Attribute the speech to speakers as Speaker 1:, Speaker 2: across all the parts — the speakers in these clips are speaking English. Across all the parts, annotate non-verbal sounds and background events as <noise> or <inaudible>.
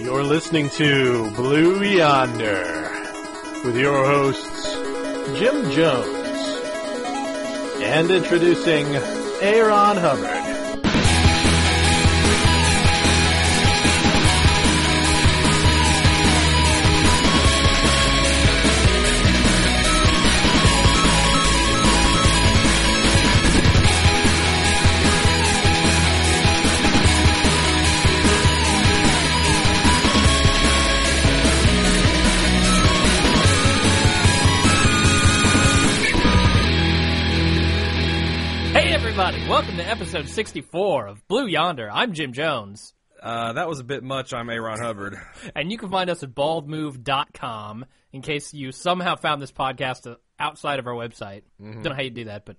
Speaker 1: You're listening to Blue Yonder with your hosts, Jim Jones and introducing Aaron Hubbard.
Speaker 2: Hey everybody, welcome to episode 64 of Blue Yonder. I'm Jim Jones,
Speaker 3: Uh, that was a bit much. I'm Aaron Hubbard.
Speaker 2: and you can find us at baldmove.com in case you somehow found this podcast uh, outside of our website.
Speaker 3: Mm-hmm.
Speaker 2: Don't know how you do that, but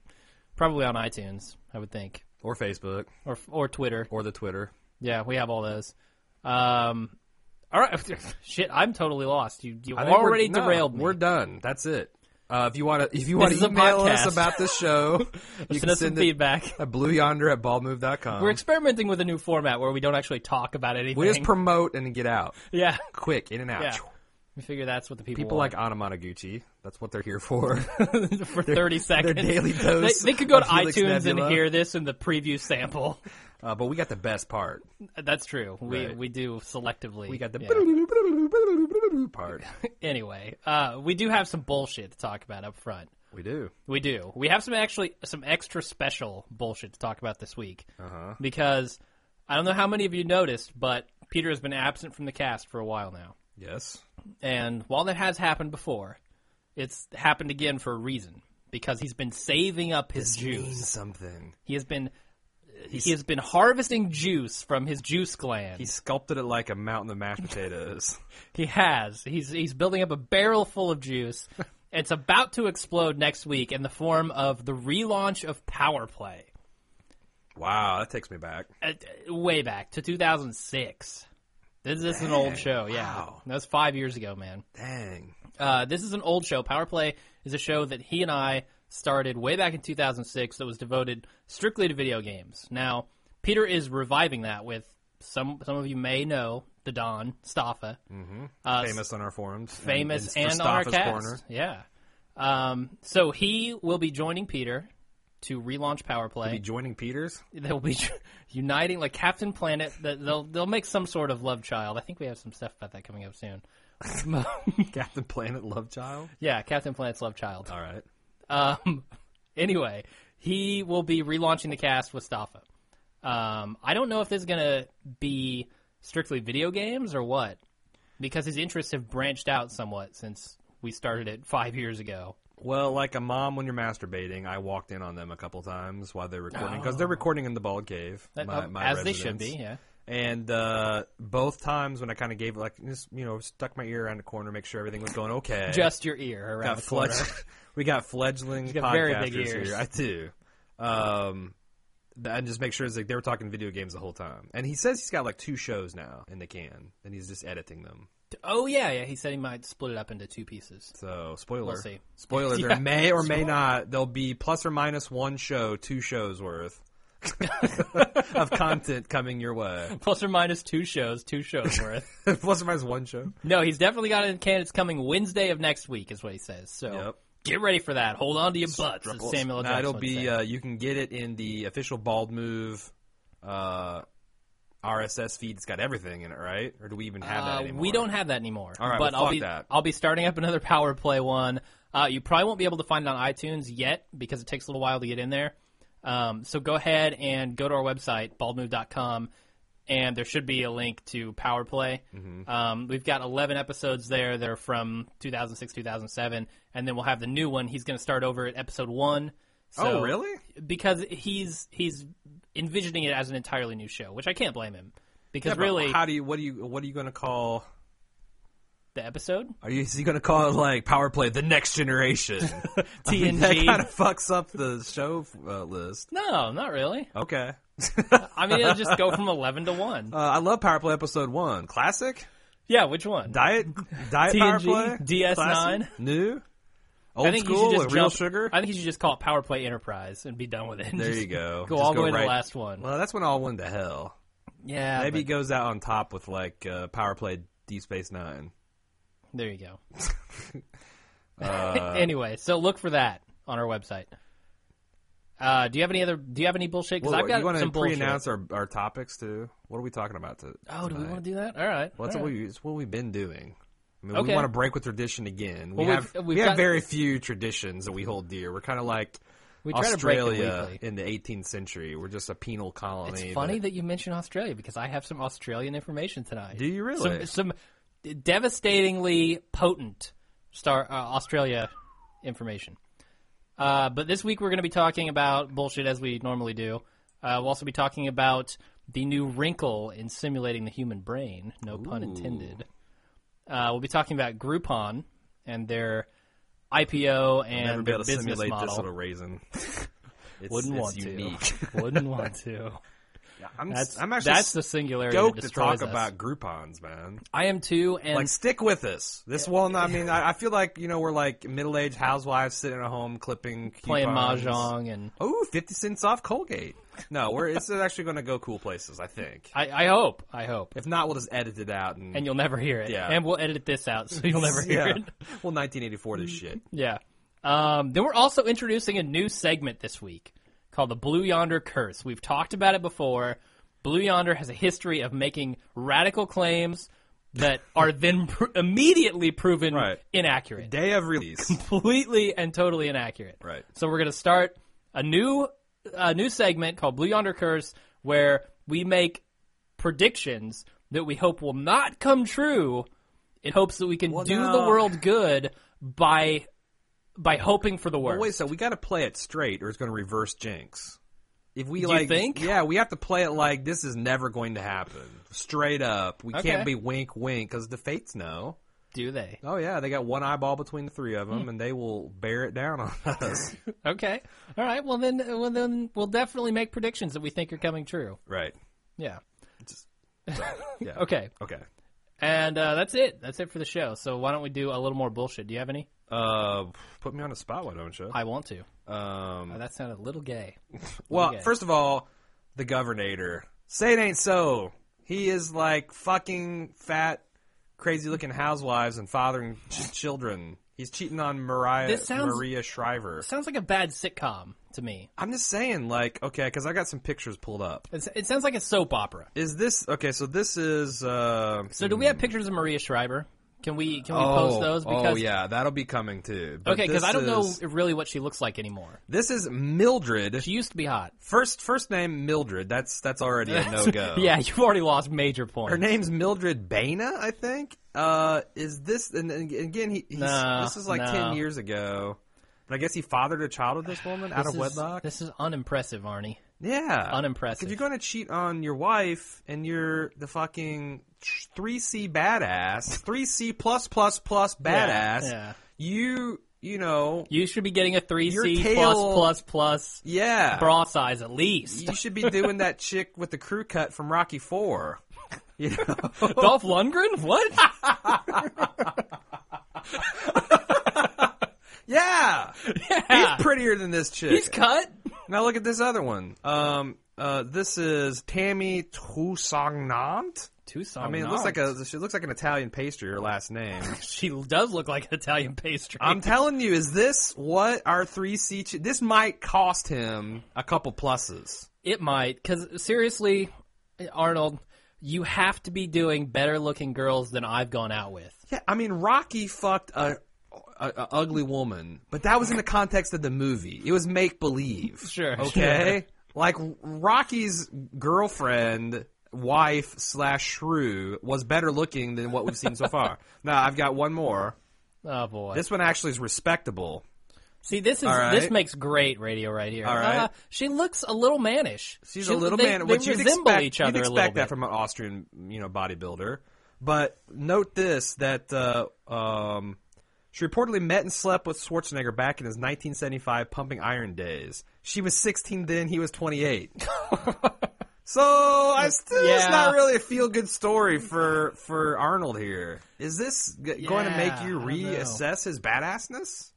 Speaker 2: probably on iTunes, I would think,
Speaker 3: Or Facebook.
Speaker 2: or or Twitter.
Speaker 3: Or the Twitter.
Speaker 2: Yeah, we have all those. Um all right, <laughs> shit! I'm totally lost. You you
Speaker 3: think we're-
Speaker 2: already
Speaker 3: no,
Speaker 2: derailed me.
Speaker 3: We're done. That's it. Uh, if you want to, if you
Speaker 2: This
Speaker 3: want
Speaker 2: is
Speaker 3: to
Speaker 2: a
Speaker 3: email
Speaker 2: podcast.
Speaker 3: us about this
Speaker 2: <laughs>
Speaker 3: show, you
Speaker 2: Send
Speaker 3: can
Speaker 2: us some
Speaker 3: send it <laughs>
Speaker 2: feedback.
Speaker 3: at blueyonder at baldmove.com.
Speaker 2: We're experimenting with a new format where we don't actually talk about anything.
Speaker 3: we just promote and get out
Speaker 2: <laughs> yeah,
Speaker 3: quick, in and out.
Speaker 2: yeah. We figure that's what the people
Speaker 3: People
Speaker 2: want.
Speaker 3: like Anna Monoguchi. That's what they're
Speaker 2: <laughs>
Speaker 3: here for. <laughs>
Speaker 2: for 30 seconds.
Speaker 3: daily dose
Speaker 2: They, they could go
Speaker 3: of
Speaker 2: to
Speaker 3: Helix
Speaker 2: iTunes
Speaker 3: Nebula.
Speaker 2: and hear this in the preview sample.
Speaker 3: uh, but we got the best part.
Speaker 2: <laughs> That's true. We
Speaker 3: Right.
Speaker 2: we do selectively.
Speaker 3: We got the
Speaker 2: yeah.
Speaker 3: <laughs> part.
Speaker 2: anyway. Uh, we do have some bullshit to talk about up front.
Speaker 3: We do.
Speaker 2: We do. We have some actually some extra special bullshit to talk about this week
Speaker 3: Uh-huh.
Speaker 2: because I don't know how many of you noticed, but Peter has been absent from the cast for a while now, <laughs>
Speaker 3: Yes.
Speaker 2: and while that has happened before, it's happened again for a reason because he's been saving up his juice.
Speaker 3: Means something.
Speaker 2: He has been he has been harvesting juice from his juice gland.
Speaker 3: He sculpted it like a mountain of mashed <laughs> potatoes.
Speaker 2: he has. He's he's building up a barrel full of
Speaker 3: <laughs>
Speaker 2: juice. it's about to explode next week in the form of the relaunch of Power Play.
Speaker 3: wow, that takes me back.
Speaker 2: Uh, way back to 2006. This, this is an old
Speaker 3: Dang,
Speaker 2: show, yeah.
Speaker 3: wow.
Speaker 2: That was five years ago, man.
Speaker 3: Dang.
Speaker 2: Uh, this is an old show. Power Play is a show that he and I started way back in 2006 that was devoted strictly to video games. Now, Peter is reviving that with some some of you may know the Don Staffa, mm-hmm. uh,
Speaker 3: famous on our forums, and-
Speaker 2: famous,
Speaker 3: and,
Speaker 2: and,
Speaker 3: for
Speaker 2: on our
Speaker 3: Staffa's
Speaker 2: cast.
Speaker 3: Corner.
Speaker 2: Yeah. Um, so he will be joining Peter to relaunch Power Play
Speaker 3: Be joining <laughs> Peters.
Speaker 2: <laughs> they'll be uniting like Captain Planet. that They'll they'll make some sort of love child. I think we have some stuff about that coming up soon.
Speaker 3: Captain Planet Love Child.
Speaker 2: yeah, Captain Planet's love child.
Speaker 3: All right.
Speaker 2: Um, <laughs> anyway, he will be relaunching the cast with Staffa. Um, I don't know if this is gonna be strictly video games or what, because his interests have branched out somewhat since we started it five years ago.
Speaker 3: Well, like a mom when you're masturbating, I walked in on them a couple times while they're recording because they're recording in the bald cave,
Speaker 2: That-
Speaker 3: my,
Speaker 2: uh,
Speaker 3: my
Speaker 2: as they should be.
Speaker 3: residence.
Speaker 2: Yeah.
Speaker 3: And uh, both times when I kind of gave like just you know stuck my ear around the corner, make sure everything was going okay.
Speaker 2: Just your ear around
Speaker 3: got
Speaker 2: the corner.
Speaker 3: fledg- <laughs> we got fledgling
Speaker 2: got very big
Speaker 3: podcasters
Speaker 2: ears.
Speaker 3: here. I do. Um, th- and just make sure it's like they were talking video games the whole time. And he says he's got like two shows now in the can, and he's just editing them.
Speaker 2: Oh yeah, yeah. He said he might split it up into two pieces.
Speaker 3: So spoiler,
Speaker 2: We'll see. <laughs>
Speaker 3: spoiler.
Speaker 2: Yeah.
Speaker 3: There may or may not there'll be plus or minus one show, two shows
Speaker 2: <laughs>
Speaker 3: worth <laughs> of content coming
Speaker 2: <laughs>
Speaker 3: your way.
Speaker 2: plus or minus two shows, two shows worth.
Speaker 3: <laughs> plus or minus one show.
Speaker 2: no, he's definitely got it in can. It's coming Wednesday of next week, is what he says. So
Speaker 3: Yep.
Speaker 2: get ready for that. Hold on to your butts, as Samuel L.
Speaker 3: Now,
Speaker 2: Jackson
Speaker 3: it'll
Speaker 2: would
Speaker 3: be
Speaker 2: say.
Speaker 3: uh, you can get it in the official Bald Move uh, RSS feed. It's got everything in it, right? Or do we even have that
Speaker 2: Uh,
Speaker 3: anymore?
Speaker 2: we don't have that anymore.
Speaker 3: All right,
Speaker 2: but
Speaker 3: well,
Speaker 2: I'll
Speaker 3: fuck
Speaker 2: be
Speaker 3: that.
Speaker 2: I'll be starting up another Power Play one. Uh, you probably won't be able to find it on iTunes yet because it takes a little while to get in there. Um, so go ahead and go to our website baldmove.com, and there should be a link to Power Play.
Speaker 3: Mm-hmm.
Speaker 2: Um, we've got 11 episodes there. They're from 2006, 2007, and then we'll have the new one. He's going to start over at episode one. So-
Speaker 3: oh, really?
Speaker 2: Because he's he's envisioning it as an entirely new show, which I can't blame him.
Speaker 3: Yeah,
Speaker 2: Because
Speaker 3: but
Speaker 2: really,
Speaker 3: how do you? What do you? What are you going to call?
Speaker 2: the episode
Speaker 3: Are you, is he going to call it like Power Play the
Speaker 2: <laughs>
Speaker 3: Next Generation? <laughs> I mean, that
Speaker 2: TNG.
Speaker 3: kind of fucks up the show uh, list.
Speaker 2: No, not really.
Speaker 3: Okay.
Speaker 2: I mean, it'll just go
Speaker 3: <laughs>
Speaker 2: from 11 to 1.
Speaker 3: Uh, I love Power Play Episode One. Classic
Speaker 2: yeah, which one?
Speaker 3: diet diet
Speaker 2: TNG,
Speaker 3: Power Play
Speaker 2: DS9.
Speaker 3: Classic? new
Speaker 2: I
Speaker 3: old
Speaker 2: think you
Speaker 3: school
Speaker 2: should
Speaker 3: with
Speaker 2: just
Speaker 3: real
Speaker 2: jump-
Speaker 3: sugar.
Speaker 2: I think you should just call it Power Play Enterprise and be done with it. <laughs>
Speaker 3: there
Speaker 2: Just
Speaker 3: you go.
Speaker 2: Go
Speaker 3: Just
Speaker 2: all the way to
Speaker 3: right-
Speaker 2: the last one.
Speaker 3: Well, that's when all went to hell.
Speaker 2: Yeah,
Speaker 3: Maybe
Speaker 2: maybe
Speaker 3: it goes out on top with like uh, Power Play Deep Space Nine.
Speaker 2: there you
Speaker 3: <laughs>
Speaker 2: go.
Speaker 3: Uh,
Speaker 2: <laughs> anyway, so look for that on our website. Uh, do you have any other? Do you have any bullshit? Because
Speaker 3: Well,
Speaker 2: I've got
Speaker 3: you want to
Speaker 2: some bullshit.
Speaker 3: pre-announce our, our topics too? What are we talking about to?
Speaker 2: oh, do we
Speaker 3: tonight?
Speaker 2: want to do that? All right.
Speaker 3: Well, that's
Speaker 2: all
Speaker 3: what
Speaker 2: right.
Speaker 3: we it's what we've been doing. I mean,
Speaker 2: Okay.
Speaker 3: we want to break with tradition again. We
Speaker 2: Well, we've-
Speaker 3: have we
Speaker 2: we've
Speaker 3: have
Speaker 2: got-
Speaker 3: very few traditions that we hold dear. We're kind of like
Speaker 2: We try to break them
Speaker 3: Australia
Speaker 2: weekly.
Speaker 3: in the 18th century. We're just a penal colony.
Speaker 2: It's funny
Speaker 3: that-
Speaker 2: that you mentioned Australia because I have some Australian information tonight.
Speaker 3: Do you really?
Speaker 2: Some, some devastatingly potent star uh, Australia information. Uh, but this week we're going to be talking about bullshit as we normally do. Uh, we'll also be talking about the new wrinkle in simulating the human brain. No pun intended. Uh, we'll be talking about Groupon and their IPO and
Speaker 3: never be
Speaker 2: their
Speaker 3: able to
Speaker 2: business
Speaker 3: simulate
Speaker 2: model.
Speaker 3: this little raisin. It's-
Speaker 2: <laughs> Wouldn't
Speaker 3: it's
Speaker 2: want
Speaker 3: unique.
Speaker 2: to. <laughs> Wouldn't want
Speaker 3: <laughs>
Speaker 2: to.
Speaker 3: I'm,
Speaker 2: That's
Speaker 3: I'm actually
Speaker 2: that's the singularity that
Speaker 3: stoked to
Speaker 2: destroys
Speaker 3: talk
Speaker 2: us.
Speaker 3: about Groupon's, man.
Speaker 2: I am too, and
Speaker 3: Like, stick with us. This will not. I mean, I, I feel like you know we're like middle-aged housewives sitting at home clipping,
Speaker 2: playing
Speaker 3: coupons.
Speaker 2: mahjong, and
Speaker 3: Oh, 50 cents off Colgate. No, we're it's actually going to go cool places, I think.
Speaker 2: I, I hope, I hope,
Speaker 3: If not, we'll just edit it out and,
Speaker 2: and you'll never hear it.
Speaker 3: Yeah.
Speaker 2: and we'll edit this out, so you'll
Speaker 3: <laughs>
Speaker 2: never hear
Speaker 3: yeah.
Speaker 2: it.
Speaker 3: Well, 1984 this shit.
Speaker 2: Yeah. Um, then we're also introducing a new segment this week called the Blue Yonder Curse. We've talked about it before. Blue Yonder has a history of making radical claims that are then pr- immediately proven
Speaker 3: Right.
Speaker 2: inaccurate.
Speaker 3: Day of release.
Speaker 2: completely and totally inaccurate.
Speaker 3: Right.
Speaker 2: So we're going to start a new a new segment called Blue Yonder Curse where we make predictions that we hope will not come true in hopes that we can do
Speaker 3: no.
Speaker 2: the world good by by hoping for the worst.
Speaker 3: Wait, so we got to play it straight or it's going to reverse jinx. If we
Speaker 2: You
Speaker 3: like
Speaker 2: think?
Speaker 3: Yeah, we have to play it like this is never going to happen. Straight up. We
Speaker 2: Okay.
Speaker 3: can't be wink wink cuz the fates know.
Speaker 2: do they?
Speaker 3: Oh yeah, they got one eyeball between the three of them and they will bear it down <laughs> on us.
Speaker 2: Okay. All right. Well then well then we'll definitely make predictions that we think are coming true.
Speaker 3: right.
Speaker 2: Yeah. <laughs>
Speaker 3: Yeah.
Speaker 2: Okay.
Speaker 3: Okay.
Speaker 2: And uh, that's it. That's it for the show. So why don't we do a little more bullshit? Do you have any?
Speaker 3: Uh, put me on the spot, why don't you?
Speaker 2: I want to.
Speaker 3: Um,
Speaker 2: Oh, that sounded a little gay.
Speaker 3: Well,
Speaker 2: Okay.
Speaker 3: first of all, the governor. Say it ain't so. He is like fucking fat, crazy looking housewives and fathering ch- children. He's cheating on Mariah
Speaker 2: This sounds-
Speaker 3: Maria Shriver.
Speaker 2: Sounds like a bad sitcom to me.
Speaker 3: I'm just saying, like, okay, because I got some pictures pulled up.
Speaker 2: It's, it sounds like a soap opera.
Speaker 3: Is this okay? So this is. Uh,
Speaker 2: So, do we have pictures of Maria Schreiber? Can we can we
Speaker 3: oh,
Speaker 2: post those? Because,
Speaker 3: oh yeah, that'll be coming too. But
Speaker 2: Okay, because
Speaker 3: this
Speaker 2: I don't
Speaker 3: is-
Speaker 2: know really what she looks like anymore.
Speaker 3: This is Mildred.
Speaker 2: She used to be hot.
Speaker 3: First first name Mildred. That's that's already
Speaker 2: <laughs>
Speaker 3: a no go.
Speaker 2: yeah, you've already lost major points.
Speaker 3: Oh. Her name's Mildred Baina, I think. Uh, is this and, and again? He, he's,
Speaker 2: No,
Speaker 3: this is like
Speaker 2: no.
Speaker 3: ten years ago, but I guess he fathered a child with this woman out
Speaker 2: This
Speaker 3: of
Speaker 2: is-
Speaker 3: wedlock.
Speaker 2: This is unimpressive, Arnie.
Speaker 3: yeah,
Speaker 2: Unimpressive.
Speaker 3: If you're going to cheat on your wife and you're the fucking three C badass, three C plus plus plus
Speaker 2: Yeah,
Speaker 3: badass,
Speaker 2: yeah.
Speaker 3: you you know,
Speaker 2: You should be getting a three C
Speaker 3: Your tail-
Speaker 2: plus plus plus
Speaker 3: yeah,
Speaker 2: bra size at least.
Speaker 3: you should be doing that chick with the crew cut from Rocky Four. You know. <laughs>
Speaker 2: <laughs> Dolph Lundgren? What?
Speaker 3: Yeah.
Speaker 2: <laughs> Yeah.
Speaker 3: <laughs> He's prettier than this chick.
Speaker 2: He's cut.
Speaker 3: Now look at this other one. Um, uh, this is Tammy Tusangnant.
Speaker 2: Tucson.
Speaker 3: I mean, it looks like a she looks like an Italian pastry. Her
Speaker 2: <laughs>
Speaker 3: last name.
Speaker 2: she does look like an Italian pastry.
Speaker 3: I'm telling you, is this what our three C? Ch- this might cost him a couple pluses.
Speaker 2: It might, because seriously, Arnold, you have to be doing better looking girls than I've gone out with.
Speaker 3: Yeah, I mean, Rocky fucked a. A, a ugly woman, but that was in the context of the movie. It was make believe.
Speaker 2: <laughs> Sure,
Speaker 3: Okay. Like Rocky's girlfriend, wife slash shrew was better looking than what we've seen
Speaker 2: <laughs>
Speaker 3: so far. now I've got one more.
Speaker 2: Oh boy!
Speaker 3: This one actually is respectable.
Speaker 2: See, this is
Speaker 3: right.
Speaker 2: this makes great radio right here.
Speaker 3: All right.
Speaker 2: Uh, she looks a little mannish.
Speaker 3: She's
Speaker 2: She-
Speaker 3: a little
Speaker 2: they,
Speaker 3: man.
Speaker 2: They
Speaker 3: which you'd
Speaker 2: resemble
Speaker 3: expect,
Speaker 2: each other
Speaker 3: You'd
Speaker 2: a
Speaker 3: expect
Speaker 2: little
Speaker 3: that
Speaker 2: bit.
Speaker 3: from an Austrian, you know, bodybuilder. But note this: that uh, um, she reportedly met and slept with Schwarzenegger back in his 1975 Pumping Iron days. She was 16 then; he was 28. <laughs> so I still, it's
Speaker 2: Yeah.
Speaker 3: not really a feel-good story for for Arnold here. Is this g- going to make
Speaker 2: Yeah,
Speaker 3: you
Speaker 2: I don't know.
Speaker 3: reassess his badassness?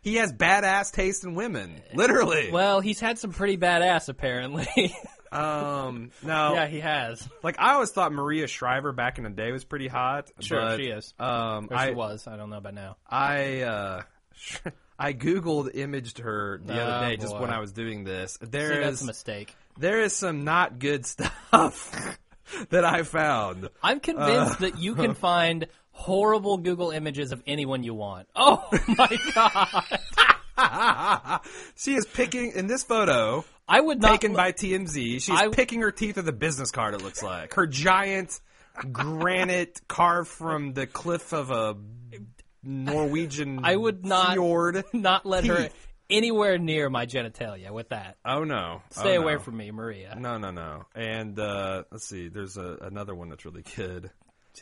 Speaker 3: He
Speaker 2: Eh,
Speaker 3: has badass taste in women, literally.
Speaker 2: Well, he's had some pretty badass apparently. <laughs>
Speaker 3: Um, now,
Speaker 2: Yeah, he has.
Speaker 3: like I always thought Maria Shriver back in the day was pretty hot.
Speaker 2: Sure,
Speaker 3: but,
Speaker 2: she is.
Speaker 3: Um,
Speaker 2: Or
Speaker 3: I
Speaker 2: she was. I don't know about now.
Speaker 3: I uh, <laughs> I googled imaged her the other
Speaker 2: Oh,
Speaker 3: day just
Speaker 2: boy.
Speaker 3: when I was doing this.
Speaker 2: See,
Speaker 3: There
Speaker 2: that's
Speaker 3: is
Speaker 2: a mistake.
Speaker 3: there is some not good <laughs> stuff <laughs> that I found.
Speaker 2: I'm convinced
Speaker 3: Uh.
Speaker 2: that you
Speaker 3: <laughs>
Speaker 2: can find horrible Google images of anyone you want. Oh <laughs> my god!
Speaker 3: she is picking in this photo
Speaker 2: I would not.
Speaker 3: taken by TMZ. She's
Speaker 2: I-
Speaker 3: picking her teeth with a business card. It looks like her giant granite <laughs> carved from the cliff of a Norwegian.
Speaker 2: I would not- <laughs>
Speaker 3: fjord.
Speaker 2: not let her
Speaker 3: teeth.
Speaker 2: anywhere near my genitalia with that.
Speaker 3: Oh no!
Speaker 2: Stay
Speaker 3: Oh,
Speaker 2: away
Speaker 3: no.
Speaker 2: from me, Maria.
Speaker 3: No, no, no. And uh, let's see. There's a, another one that's really good.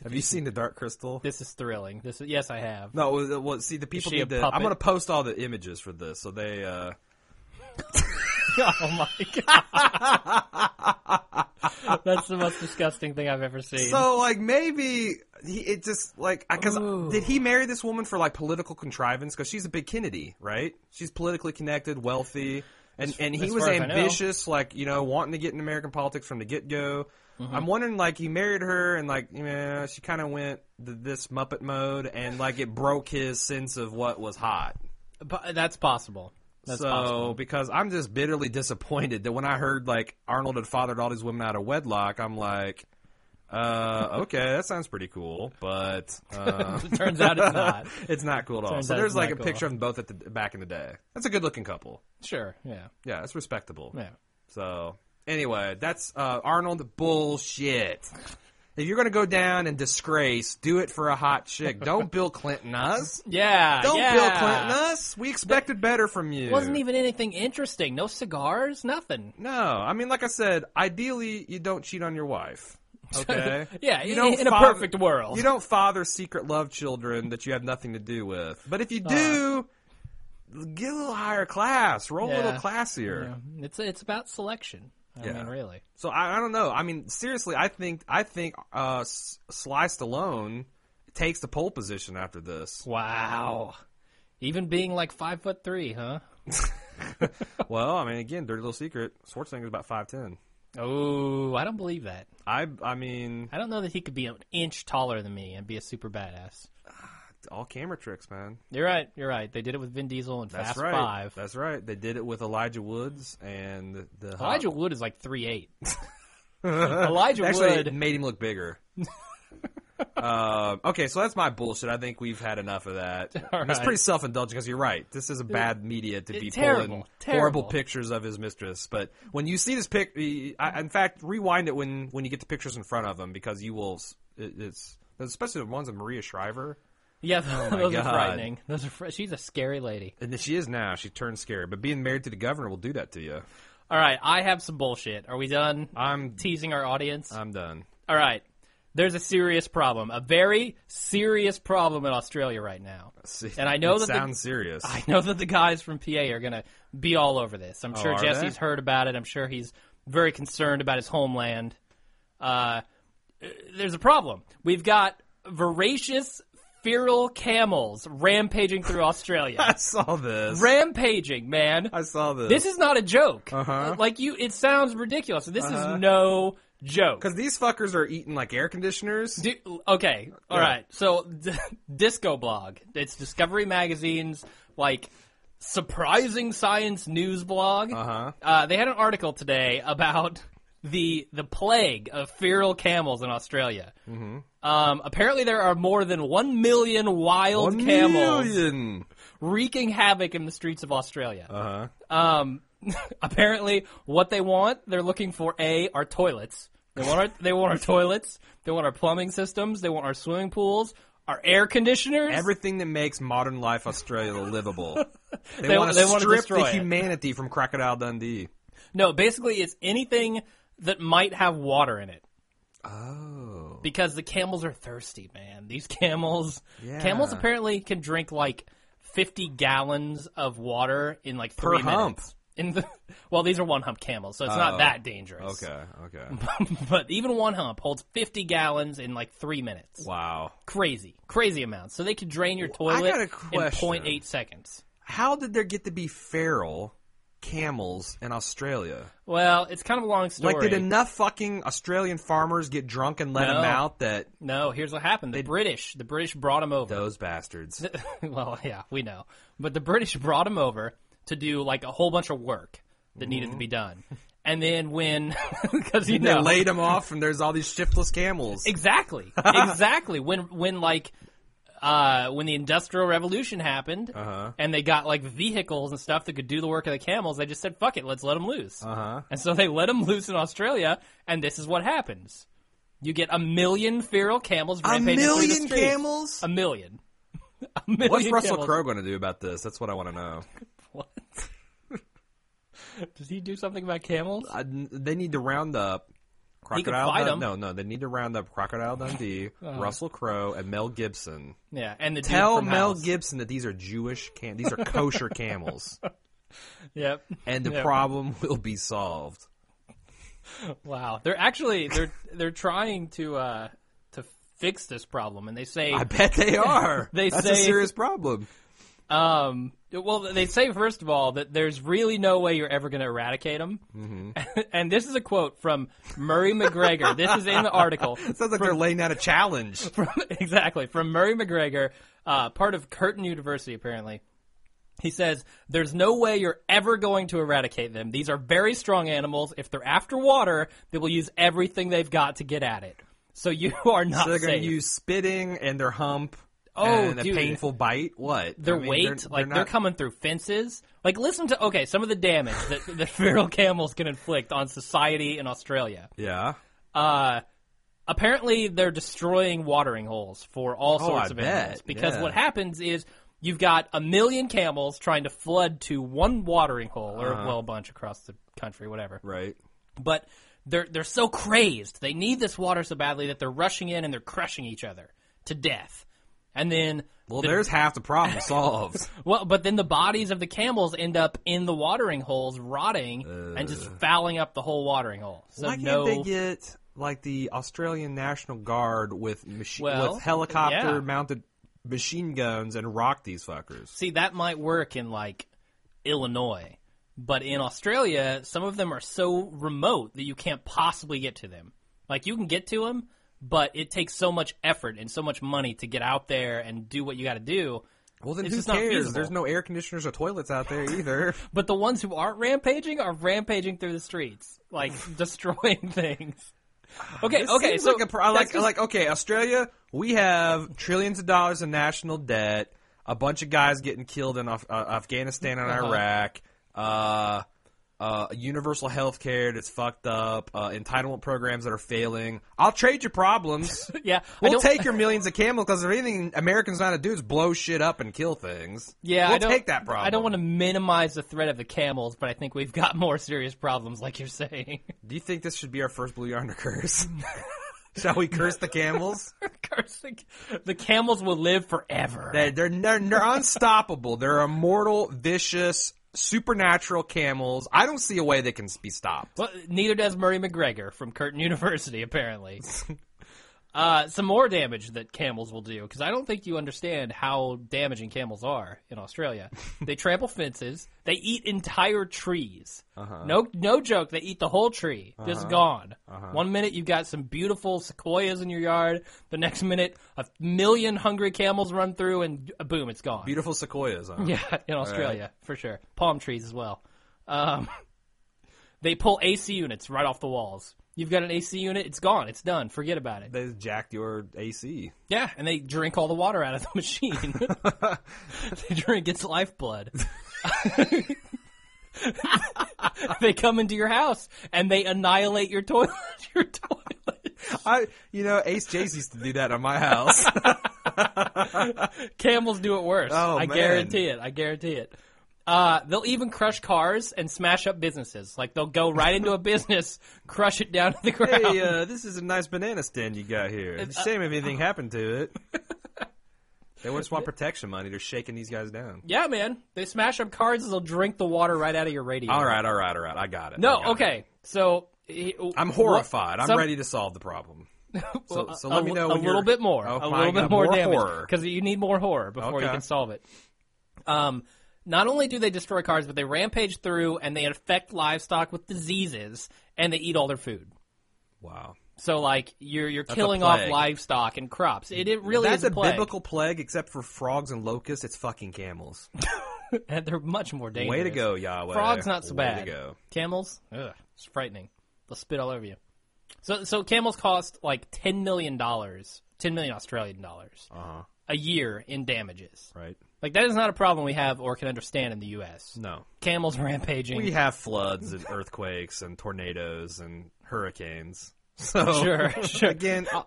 Speaker 3: Have you seen the Dark Crystal?
Speaker 2: This is thrilling. This is yes, I have. <laughs>
Speaker 3: <laughs> No. Well, well, see, the people
Speaker 2: she a
Speaker 3: need to.
Speaker 2: puppet?
Speaker 3: I'm gonna post all the images for this, so they. Uh,
Speaker 2: Oh my god! <laughs> That's the most disgusting thing I've ever seen.
Speaker 3: so like maybe he, it just like because
Speaker 2: Ooh.
Speaker 3: did he marry this woman for like political contrivance? Because she's a big Kennedy, right? She's politically connected, wealthy, and and he
Speaker 2: as
Speaker 3: was
Speaker 2: far as I know.
Speaker 3: ambitious, like you know, wanting to get into American politics from the get go.
Speaker 2: Mm-hmm.
Speaker 3: I'm wondering, like, he married her, and like, you know, she kind of went th- this Muppet mode, and like, it broke his sense of what was hot.
Speaker 2: But that's possible. That's
Speaker 3: so,
Speaker 2: possible.
Speaker 3: because I'm just bitterly <laughs> disappointed that when I heard like Arnold had fathered all these women out of wedlock, I'm like, uh, okay, that sounds pretty cool, but
Speaker 2: <laughs>
Speaker 3: uh,
Speaker 2: Turns out it's not.
Speaker 3: <laughs> it's not cool at all.
Speaker 2: Turns
Speaker 3: so
Speaker 2: out
Speaker 3: there's
Speaker 2: it's
Speaker 3: like
Speaker 2: not
Speaker 3: a
Speaker 2: cool.
Speaker 3: picture of them both at the back in the day. That's a good looking couple.
Speaker 2: Sure. Yeah.
Speaker 3: Yeah, it's respectable.
Speaker 2: Yeah.
Speaker 3: So anyway, that's uh, Arnold bullshit. If you're gonna go down in disgrace, do it for a hot
Speaker 2: <laughs>
Speaker 3: chick. Don't Bill Clinton us.
Speaker 2: Yeah.
Speaker 3: Don't
Speaker 2: yeah.
Speaker 3: Bill Clinton us. We expected better from you.
Speaker 2: Wasn't even anything interesting. No cigars. Nothing.
Speaker 3: No, I mean, like I said, ideally you don't cheat on
Speaker 2: <laughs>
Speaker 3: your wife. Okay.
Speaker 2: Yeah.
Speaker 3: You
Speaker 2: in-
Speaker 3: don't
Speaker 2: in a
Speaker 3: father-
Speaker 2: perfect world.
Speaker 3: You don't father secret love children that you have nothing to do with. But if you
Speaker 2: Uh.
Speaker 3: do, get a little higher class, roll a little
Speaker 2: Yeah.
Speaker 3: classier.
Speaker 2: Yeah. It's it's about selection. I
Speaker 3: Yeah.
Speaker 2: mean, really.
Speaker 3: So I, I don't know. I mean, seriously, I think I think uh, S- Sly Stallone takes the pole position
Speaker 2: <laughs>
Speaker 3: after this.
Speaker 2: Wow. Even being like five foot three, huh?
Speaker 3: well, I mean, again, dirty little secret. Schwarzenegger's about five ten.
Speaker 2: Oh, I don't believe that.
Speaker 3: I I mean,
Speaker 2: I don't know that he could be an inch taller than me and be a super badass.
Speaker 3: all camera tricks, man.
Speaker 2: You're right. You're right. They did it with Vin Diesel and
Speaker 3: That's
Speaker 2: Fast
Speaker 3: right.
Speaker 2: Five.
Speaker 3: That's right. They did it with Elijah Woods and the
Speaker 2: Elijah Wood is like three
Speaker 3: <laughs>
Speaker 2: eight. Elijah
Speaker 3: Actually, it
Speaker 2: Wood.
Speaker 3: made him
Speaker 2: <laughs>
Speaker 3: look bigger. Um okay, so that's my bullshit. I think we've had enough of that.
Speaker 2: <laughs> All
Speaker 3: It's
Speaker 2: right.
Speaker 3: pretty self-indulgent because you're right. This is a bad media to
Speaker 2: it-
Speaker 3: be
Speaker 2: terrible,
Speaker 3: pulling
Speaker 2: terrible.
Speaker 3: horrible pictures of his mistress. But when you see this pic, I, in fact, rewind it when when you get the pictures in front of him because you will. s- It, it's especially the ones of Maria Shriver.
Speaker 2: Yeah, those
Speaker 3: oh God.
Speaker 2: are frightening. Those are. Fr- she's a scary lady.
Speaker 3: And she is now. She turned scary, but being married to the governor will do that to you.
Speaker 2: All right, I have some bullshit. Are we done
Speaker 3: I'm
Speaker 2: teasing our audience?
Speaker 3: I'm done.
Speaker 2: All right. There's a serious problem, a very serious problem in Australia right now.
Speaker 3: See,
Speaker 2: And I know
Speaker 3: it
Speaker 2: that the-
Speaker 3: sounds serious.
Speaker 2: I know that the guys from PA are going to be all over this. I'm sure
Speaker 3: Oh, are
Speaker 2: Jesse's
Speaker 3: they?
Speaker 2: heard about it. I'm sure he's very concerned about his homeland. Uh, there's a problem. We've got voracious, feral camels rampaging through
Speaker 3: <laughs> <laughs> I
Speaker 2: Australia.
Speaker 3: saw this.
Speaker 2: rampaging, man.
Speaker 3: I Uh-huh. saw this.
Speaker 2: This is not a joke. Like you, it sounds ridiculous. This
Speaker 3: Uh-huh.
Speaker 2: is no joke.
Speaker 3: because these fuckers are eating like air conditioners.
Speaker 2: Do, okay, all right. So, <laughs> d- Disco Blog. It's Discovery Magazine's like surprising science news blog.
Speaker 3: Uh-huh.
Speaker 2: Uh, They had an article today about the the plague of feral camels in Australia. Mm-hmm. Um, apparently, there are more than one million wild
Speaker 3: One
Speaker 2: camels
Speaker 3: million.
Speaker 2: wreaking havoc in the streets of Australia.
Speaker 3: Uh-huh.
Speaker 2: Um, <laughs> apparently, what they want, they're looking for a our toilets. They want
Speaker 3: <laughs>
Speaker 2: our, they want our toilets. They want our plumbing systems. They want our swimming pools. Our air conditioners.
Speaker 3: Everything that makes modern life Australia <laughs> livable. They,
Speaker 2: They-
Speaker 3: want
Speaker 2: they
Speaker 3: to
Speaker 2: wanna
Speaker 3: strip
Speaker 2: destroy
Speaker 3: the
Speaker 2: it.
Speaker 3: humanity from Crocodile Dundee.
Speaker 2: no, basically, it's anything that might have water in it
Speaker 3: Oh.
Speaker 2: because the camels are thirsty, man. These camels,
Speaker 3: Yeah.
Speaker 2: camels apparently can drink like fifty gallons of water in like
Speaker 3: Per
Speaker 2: three
Speaker 3: hump.
Speaker 2: minutes. In the, <laughs> well, these are one hump camels, so it's
Speaker 3: Oh.
Speaker 2: not that dangerous.
Speaker 3: Okay. <laughs> Okay.
Speaker 2: <laughs> but even one hump holds 50 gallons in like three minutes.
Speaker 3: Wow.
Speaker 2: Crazy, crazy amounts. So they could drain your
Speaker 3: I
Speaker 2: toilet
Speaker 3: got a
Speaker 2: in
Speaker 3: question.
Speaker 2: 0.8 seconds.
Speaker 3: How did there get to be feral camels in Australia?
Speaker 2: Well, it's kind of a long story.
Speaker 3: Like, did enough fucking Australian farmers get drunk and let
Speaker 2: No.
Speaker 3: them out that
Speaker 2: no, here's what happened. The British, the British brought them over.
Speaker 3: those bastards?
Speaker 2: <laughs> well, yeah, we know. But the British brought them over to do like a whole bunch of work that needed to be done. And then when, <laughs> because you
Speaker 3: Mm-hmm. they
Speaker 2: know,
Speaker 3: laid <laughs> them off, and there's all these shiftless camels. <laughs>
Speaker 2: Exactly. Exactly. when when like uh, when the industrial revolution happened
Speaker 3: Uh-huh.
Speaker 2: and they got like vehicles and stuff that could do the work of the camels, they just said fuck it, let's let them loose. Uh-huh. And so they let them loose in Australia and this is what happens. You get a million feral camels
Speaker 3: A
Speaker 2: rampaging through the
Speaker 3: million
Speaker 2: streets.
Speaker 3: camels.
Speaker 2: A million. <laughs> a million
Speaker 3: <laughs> What's Russell
Speaker 2: camels.
Speaker 3: Crowe going to do about this? That's what I want to know. <laughs>
Speaker 2: What? Does he do something about camels?
Speaker 3: I, they need to round up crocodile.
Speaker 2: fight Uh.
Speaker 3: Dun-
Speaker 2: 'em.
Speaker 3: no, no, they need to round up
Speaker 2: <laughs>
Speaker 3: Crocodile Dundee, Russell Crowe, and Mel Gibson.
Speaker 2: Yeah, and the dude
Speaker 3: Tell
Speaker 2: from
Speaker 3: Mel
Speaker 2: House.
Speaker 3: Gibson that these are Jewish cam. These are kosher
Speaker 2: <laughs>
Speaker 3: camels,
Speaker 2: Yep.
Speaker 3: and the
Speaker 2: Yeah.
Speaker 3: problem will be solved.
Speaker 2: Wow, they're actually they're they're trying to uh, to fix this problem, and they say
Speaker 3: I bet
Speaker 2: <laughs>
Speaker 3: they are.
Speaker 2: They
Speaker 3: That's a
Speaker 2: say-
Speaker 3: serious problem.
Speaker 2: um, well they say first of all that there's really no way you're ever going to eradicate them,
Speaker 3: Mm-hmm.
Speaker 2: <laughs> and this is a quote from Murray McGregor. this is in the
Speaker 3: <laughs>
Speaker 2: article.
Speaker 3: Sounds like they're laying out
Speaker 2: <laughs>
Speaker 3: a challenge.
Speaker 2: From, exactly from Murray McGregor, uh, part of Curtin University apparently. He says, There's no way you're ever going to eradicate them. These are very strong animals. If they're after water, they will use everything they've got to get at it. So you <laughs> are not
Speaker 3: So they're going
Speaker 2: safe.
Speaker 3: to use spitting and their hump.
Speaker 2: Oh,
Speaker 3: and
Speaker 2: dude.
Speaker 3: a painful bite. What
Speaker 2: their
Speaker 3: I mean,
Speaker 2: weight,
Speaker 3: they're-
Speaker 2: like they're,
Speaker 3: not-
Speaker 2: coming through fences. Like listen to okay, some of the damage that <laughs> that feral camels can inflict on society in Australia.
Speaker 3: Yeah.
Speaker 2: Uh apparently they're destroying watering holes for all sorts
Speaker 3: Oh, I
Speaker 2: of animals
Speaker 3: bet,
Speaker 2: because
Speaker 3: yeah.
Speaker 2: what happens is you've got a million camels trying to flood to one watering hole
Speaker 3: Uh-huh.
Speaker 2: or well a bunch across the country whatever.
Speaker 3: Right.
Speaker 2: But they're they're so crazed. They need this water so badly that they're rushing in and they're crushing each other to death. And then
Speaker 3: Well, there's half the
Speaker 2: <laughs>
Speaker 3: problem solved.
Speaker 2: Well, but then the bodies of the camels end up in the watering holes, rotting and just fouling up the whole watering hole. So
Speaker 3: Uh. Why can't
Speaker 2: no,
Speaker 3: they get like the Australian National Guard with machi-
Speaker 2: Well,
Speaker 3: with helicopter
Speaker 2: yeah.
Speaker 3: mounted machine guns and rock these fuckers?
Speaker 2: see that might work in like Illinois, but in Australia, some of them are so remote that you can't possibly get to them. Like you can get to them, but it takes so much effort and so much money to get out there and do what you got to do.
Speaker 3: Well, then
Speaker 2: It's just
Speaker 3: who
Speaker 2: not
Speaker 3: cares?
Speaker 2: feasible.
Speaker 3: There's no air conditioners or toilets out there <laughs> either.
Speaker 2: But the ones who aren't rampaging are rampaging through the streets, like <laughs> destroying things.
Speaker 3: <sighs>
Speaker 2: Okay,
Speaker 3: This
Speaker 2: okay,
Speaker 3: seems
Speaker 2: so
Speaker 3: like, a pro- like,
Speaker 2: that's just-
Speaker 3: like okay, Australia, we have trillions of dollars in national debt, a bunch of guys getting killed in Af- uh, Afghanistan and Iraq, uh, uh, universal health care that's fucked up, uh, entitlement programs that are failing. I'll trade your <laughs> problems.
Speaker 2: yeah, I
Speaker 3: We'll
Speaker 2: don't-
Speaker 3: take your millions of camels because if anything Americans know how to do is blow shit up and kill things.
Speaker 2: Yeah,
Speaker 3: we'll
Speaker 2: I don't,
Speaker 3: take that problem.
Speaker 2: I don't want to minimize the threat of the camels, but I think we've got more serious problems, like you're saying. <laughs>
Speaker 3: Do you think this should be our first Blue Yonder curse? <laughs> Shall we curse the camels?
Speaker 2: Curse the, the camels will live forever.
Speaker 3: They, they're, they're, they're unstoppable. They're immortal, vicious, supernatural camels. I don't see a way they can be stopped.
Speaker 2: well, neither does Murray McGregor from Curtin <laughs> University, apparently. uh, some more damage that camels will do, because I don't think you understand how damaging camels are in Australia. they trample fences. They eat entire trees. No, no joke. They eat the whole tree, just gone. One minute you've got some beautiful sequoias in your yard. The next minute, a million hungry camels run through, and boom, it's gone.
Speaker 3: Beautiful sequoias, huh?
Speaker 2: <laughs> Yeah, in Australia for sure. Palm trees as well. Um, <laughs> they pull AC units right off the walls. You've got an AC unit, it's gone, it's done. Forget about it.
Speaker 3: They jacked your AC.
Speaker 2: Yeah, and they drink all the water out of the <laughs> machine. they drink its lifeblood. <laughs> they come into your house and they annihilate your toilet. <laughs> Your toilet.
Speaker 3: I, you know, Ace Jace used to do that at my house.
Speaker 2: Camels do it worse.
Speaker 3: Oh,
Speaker 2: I
Speaker 3: man.
Speaker 2: guarantee it. I guarantee it. Uh, they'll even crush cars and smash up businesses. Like they'll go right into a business, <laughs> crush it down to the ground.
Speaker 3: hey, uh, this is a nice banana stand you got here. It's a shame if
Speaker 2: Oh.
Speaker 3: anything happened
Speaker 2: <laughs>
Speaker 3: to it. They just want protection money. They're shaking these guys down.
Speaker 2: yeah, man. They smash up cars and they'll drink the water right out of your radio.
Speaker 3: All right, all right, all right. I got it. I
Speaker 2: No,
Speaker 3: got it.
Speaker 2: okay. So he-
Speaker 3: I'm horrified. I'm
Speaker 2: some-
Speaker 3: ready to solve
Speaker 2: <laughs>
Speaker 3: the problem. So, so let
Speaker 2: a,
Speaker 3: me know
Speaker 2: a
Speaker 3: when you're-
Speaker 2: little bit more,
Speaker 3: Oh,
Speaker 2: a
Speaker 3: my
Speaker 2: little
Speaker 3: God,
Speaker 2: bit more, damage
Speaker 3: horror.
Speaker 2: because you need more horror before you
Speaker 3: Okay.
Speaker 2: can solve it. Um, Not only do they destroy cars, but they rampage through and they infect livestock with diseases and they eat all their food.
Speaker 3: Wow.
Speaker 2: So like you're you're
Speaker 3: a
Speaker 2: killing off
Speaker 3: plague.
Speaker 2: livestock and crops. It, it really
Speaker 3: That's
Speaker 2: is a, plague.
Speaker 3: biblical plague, except for frogs and locusts. It's fucking camels.
Speaker 2: <laughs> and they're much more dangerous.
Speaker 3: Way to go, Yahweh.
Speaker 2: Frogs not so
Speaker 3: Way
Speaker 2: bad.
Speaker 3: to go.
Speaker 2: Camels, ugh, it's frightening. They'll spit all over you. So so camels cost like ten million dollars, ten million Australian dollars
Speaker 3: Uh-huh.
Speaker 2: a year in damages.
Speaker 3: Right?
Speaker 2: Like that is not a problem we have or can understand in the U.S.
Speaker 3: No.
Speaker 2: Camels <laughs> rampaging.
Speaker 3: We have floods and earthquakes and tornadoes and hurricanes. <laughs> So
Speaker 2: Sure,
Speaker 3: <laughs>
Speaker 2: sure.
Speaker 3: again, uh,